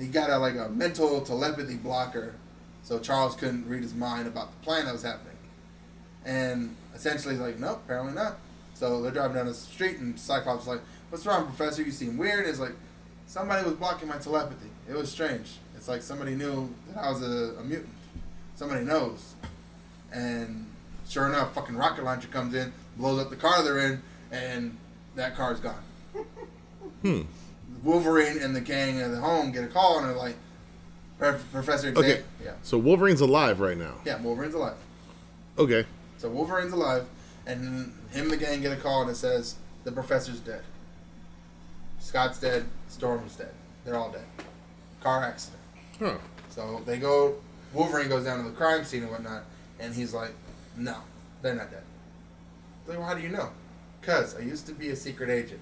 He got a, like a mental telepathy blocker, so Charles couldn't read his mind about the plan that was happening. And essentially, he's like, nope, apparently not. So they're driving down the street, and Cyclops is like, what's wrong, Professor? You seem weird. It's like, somebody was blocking my telepathy. It was strange. It's like somebody knew that I was a, a mutant. Somebody knows. And sure enough, fucking rocket launcher comes in, blows up the car they're in, and that car's gone. Wolverine and the gang at the home get a call, and they're like, "Prof- Professor Xavier. Okay. Yeah. So Wolverine's alive right now. yeah, Wolverine's alive. Okay. So Wolverine's alive, and him and the gang get a call, and it says the professor's dead. Scott's dead. Storm's dead. They're all dead. Car accident. Huh. So they go. Wolverine goes down to the crime scene and whatnot, and he's like, "No, they're not dead." Like, well, how do you know? Cause I used to be a secret agent.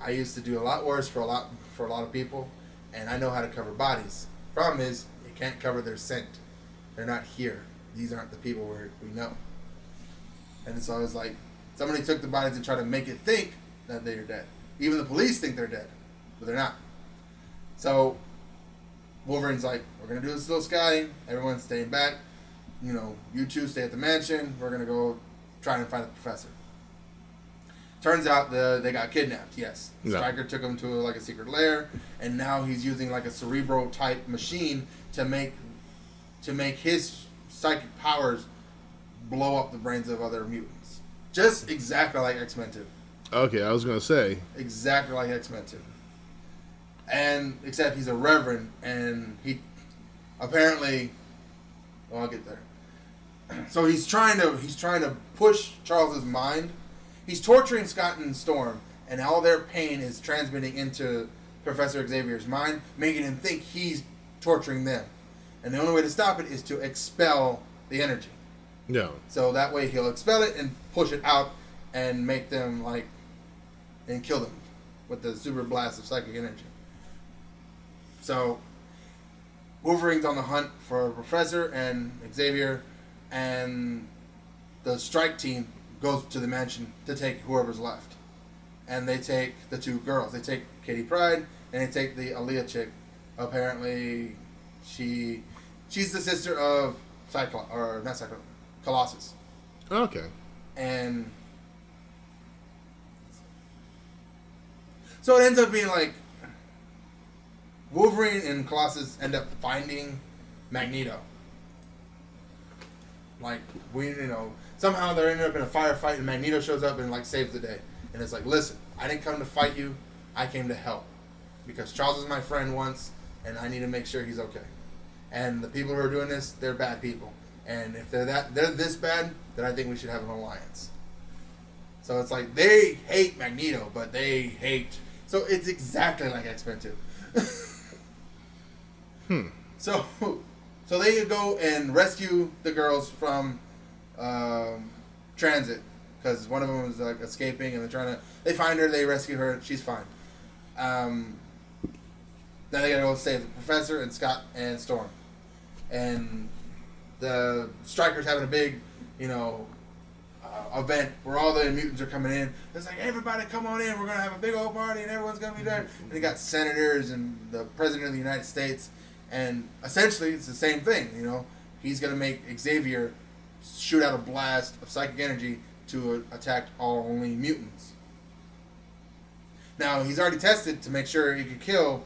I used to do a lot worse for a lot for a lot of people, and I know how to cover bodies. Problem is, you can't cover their scent. They're not here. These aren't the people we we know. And so I was like, Somebody took the bodies and tried to make it think that they are dead. Even the police think they're dead, but they're not. So Wolverine's like, we're gonna do this little scouting. Everyone's staying back. You know, you two stay at the mansion. We're gonna go try and find the professor. Turns out the they got kidnapped. Yes, Yeah. Stryker took him to like a secret lair, and now he's using like a cerebro type machine to make to make his psychic powers blow up the brains of other mutants. Just exactly like X Men Two Okay, I was gonna say. exactly like X Men Two. And except he's a reverend, and he apparently, well, I'll get there. So he's trying to he's trying to push Charles's mind. He's torturing Scott and Storm, and all their pain is transmitting into Professor Xavier's mind, making him think he's torturing them. And the only way to stop it is to expel the energy. No. So that way he'll expel it and push it out and make them like and kill them with the super blast of psychic energy. So Wolverine's on the hunt for Professor and Xavier and the strike team goes to the mansion to take whoever's left. And they take the two girls. They take Katie Pride and they take the Aaliyah chick. Apparently she she's the sister of Cyclops or not Cyclops Colossus. Okay. And so it ends up being like Wolverine and Colossus end up finding Magneto. Like we, you know, somehow they're ended up in a firefight, and Magneto shows up and like saves the day. And it's like, listen, I didn't come to fight you, I came to help, because Charles is my friend once, and I need to make sure he's okay. And the people who are doing this, they're bad people. And if they're that, they're this bad, then I think we should have an alliance. So it's like they hate Magneto, but they hate. So it's exactly like X Men Two. So, so they go and rescue the girls from um, transit because one of them was like escaping, and they're trying to. They find her, they rescue her, she's fine. Um, then they gotta go save the professor and Scott and Storm, and the strikers having a big, you know, uh, event where all the mutants are coming in. It's like everybody come on in. We're gonna have a big old party and everyone's gonna be there. And they got senators and the president of the United States, and essentially it's the same thing. You know, he's gonna make Xavier shoot out a blast of psychic energy to uh, attack all only mutants. Now he's already tested to make sure he could kill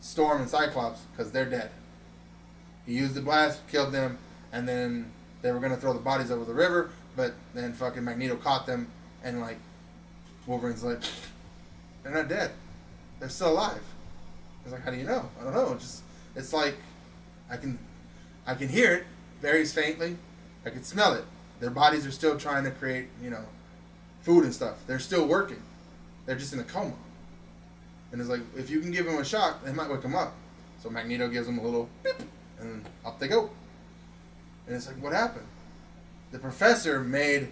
Storm and Cyclops because they're dead. He used the blast, killed them, and then they were gonna throw the bodies over the river, but then fucking Magneto caught them, and like Wolverine's like, they're not dead, they're still alive. He's like, how do you know? I don't know. It's just it's like I can I can hear it very faintly, I can smell it. Their bodies are still trying to create you know food and stuff. They're still working. They're just in a coma. And it's like if you can give them a shock, they might wake them up. So Magneto gives them a little beep, and up they go. And it's like, what happened? The professor made.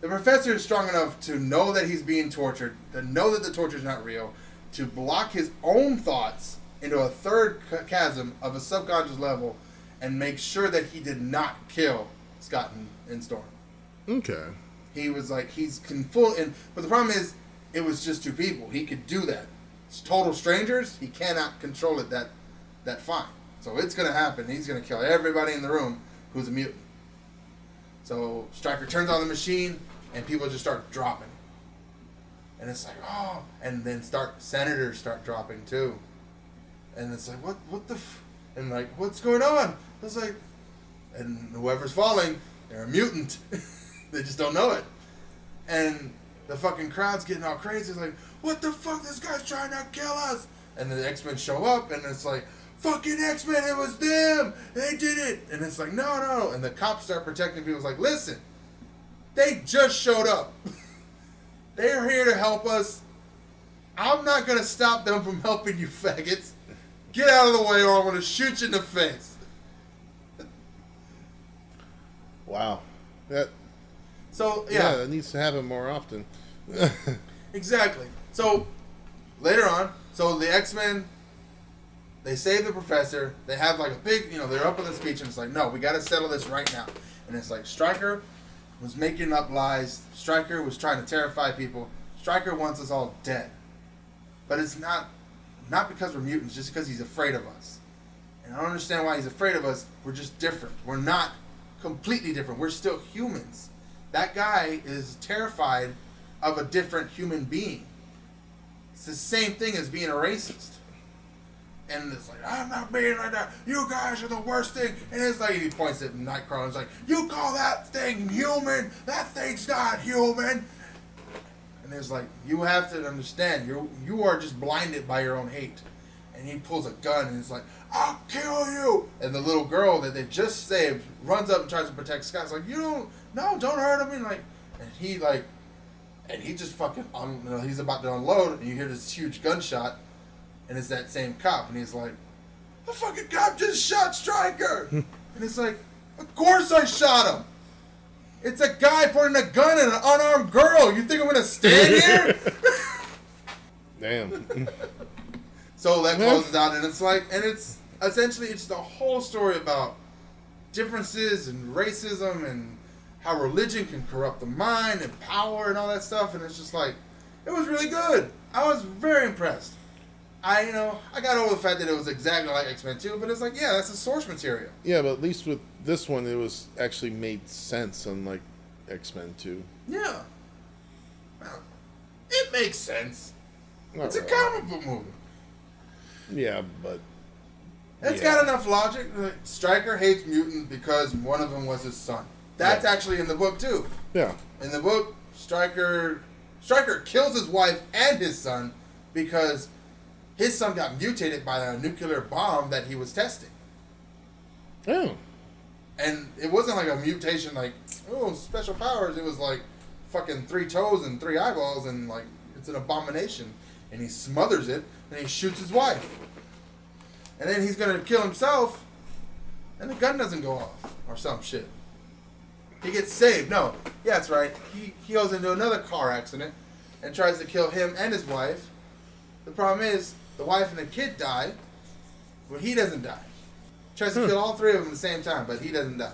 The professor is strong enough to know that he's being tortured, to know that the torture is not real, to block his own thoughts into a third ch- chasm of a subconscious level, and make sure that he did not kill Scott and, and Storm. Okay. He was like, he's can full. And but the problem is, it was just two people. He could do that. It's total strangers. He cannot control it. That that fine. So it's gonna happen. He's gonna kill everybody in the room who's a mutant. So Stryker turns on the machine, and people just start dropping. And it's like, oh, and then start senators start dropping too. And it's like, what, what the, f-? and like, what's going on? It's like, and whoever's falling, they're a mutant. they just don't know it. And the fucking crowd's getting all crazy. It's like, what the fuck? This guy's trying to kill us. And the X Men show up, and it's like, fucking X Men, it was them. They did it. And it's like, no, no. And the cops start protecting people. It's like, listen, they just showed up. They're here to help us. I'm not gonna stop them from helping you, faggots. Get out of the way, or I'm gonna shoot you in the face. Wow. That So yeah. yeah that needs to happen more often. Exactly. So later on, so the X Men, they save the professor. They have like a big, you know, they're up with a speech, and it's like, no, we got to settle this right now. And it's like Stryker was making up lies. Stryker was trying to terrify people. Stryker wants us all dead. But it's not not because we're mutants, just because he's afraid of us. And I don't understand why he's afraid of us. We're just different. We're not completely different. We're still humans. That guy is terrified of a different human being. It's the same thing as being a racist. And it's like, I'm not being like that. You guys are the worst thing. And it's like, he points at Nightcrawler and is like, You call that thing human? That thing's not human. And it's like, You have to understand, you you are just blinded by your own hate. And he pulls a gun and is like, I'll kill you. And the little girl that they just saved runs up and tries to protect Scott. It's like, You don't, no, don't hurt him. And, like, and he, like, and he just fucking, un, you know, he's about to unload, and you hear this huge gunshot and it's that same cop, and he's like, "The fucking cop just shot Stryker," and it's like, "Of course I shot him. It's a guy pointing a gun at an unarmed girl. You think I'm gonna stand here?" Damn. so that closes out, and it's like, and it's essentially it's the whole story about differences and racism and how religion can corrupt the mind and power and all that stuff, and it's just like, it was really good. I was very impressed. I you know I got over the fact that it was exactly like X Men Two, but it's like yeah, that's the source material. yeah, but at least with this one, it was actually made sense, unlike X Men Two. Yeah, well, it makes sense. Not It's a really. comic book movie. Yeah, but It's Yeah. got enough logic. Like, Stryker hates mutants because one of them was his son. That's Yeah. actually in the book too. yeah, In the book, Stryker Stryker kills his wife and his son because his son got mutated by a nuclear bomb that he was testing. oh, and it wasn't like a mutation like oh special powers it was like fucking three toes and three eyeballs and like it's an abomination and he smothers it and he shoots his wife and then he's gonna kill himself and the gun doesn't go off or some shit he gets saved no yeah that's right he, he goes into another car accident and tries to kill him and his wife the problem is the wife and the kid die but he doesn't die tries to kill all three of them at the same time, but he doesn't die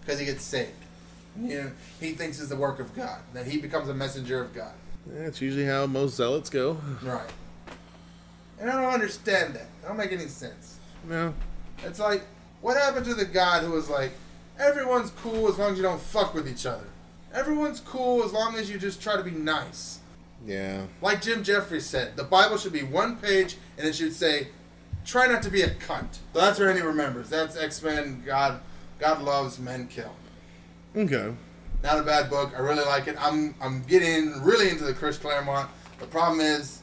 because he gets saved. You know, he thinks it's the work of God that he becomes a messenger of God. that's usually how most zealots go. Right. And I don't understand that. It don't make any sense. No, It's like, what happened to the God who was like, everyone's cool as long as you don't fuck with each other. Everyone's cool as long as you just try to be nice. yeah, Like Jim Jeffries said, the Bible should be one page and it should say, try not to be a cunt. So that's what he remembers. That's X Men, God God loves, men kill. okay, Not a bad book. I really like it. I'm I'm getting really into the Chris Claremont. The problem is,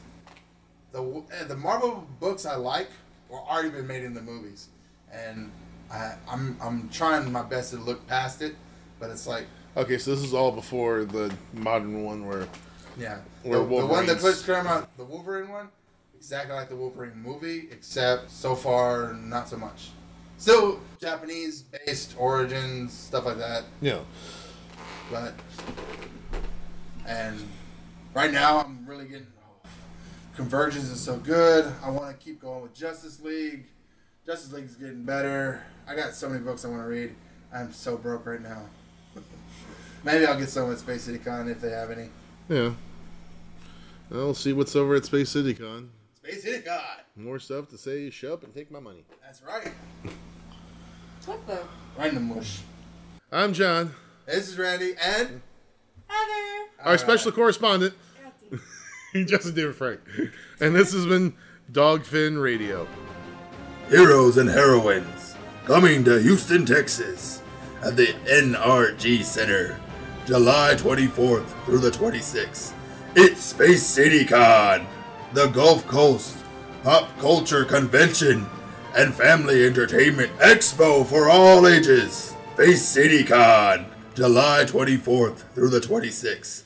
the w- eh, the Marvel books I like were already been made into movies, and I, I'm I'm trying my best to look past it, but it's like okay. So this is all before the modern one where yeah, Or the, the one that Wolverines. Chris Claremont, the Wolverine one, exactly like the Wolverine movie, except so far not so much. Still Japanese based origins stuff like that. you know, but and right now I'm really getting Convergence is so good. I want to keep going with Justice League. Justice League's getting better. I got so many books I want to read. I'm so broke right now. Maybe I'll get some at Space City Con if they have any. yeah. Well, we'll see what's over at Space City Con. Space City Con. More stuff to say. Shut up and take my money. That's right. What the? Right in the mush. I'm John, This is Randy and Heather. our special correspondent, God damn it. Justin David Frank, and this has been Dogfin Radio. Heroes and Heroines, coming to Houston, Texas, at the NRG Center, July 24th through the 26th. It's Space City Con, the Gulf Coast Pop Culture Convention, and Family Entertainment Expo for all ages. Space City Con, July 24th through the 26th.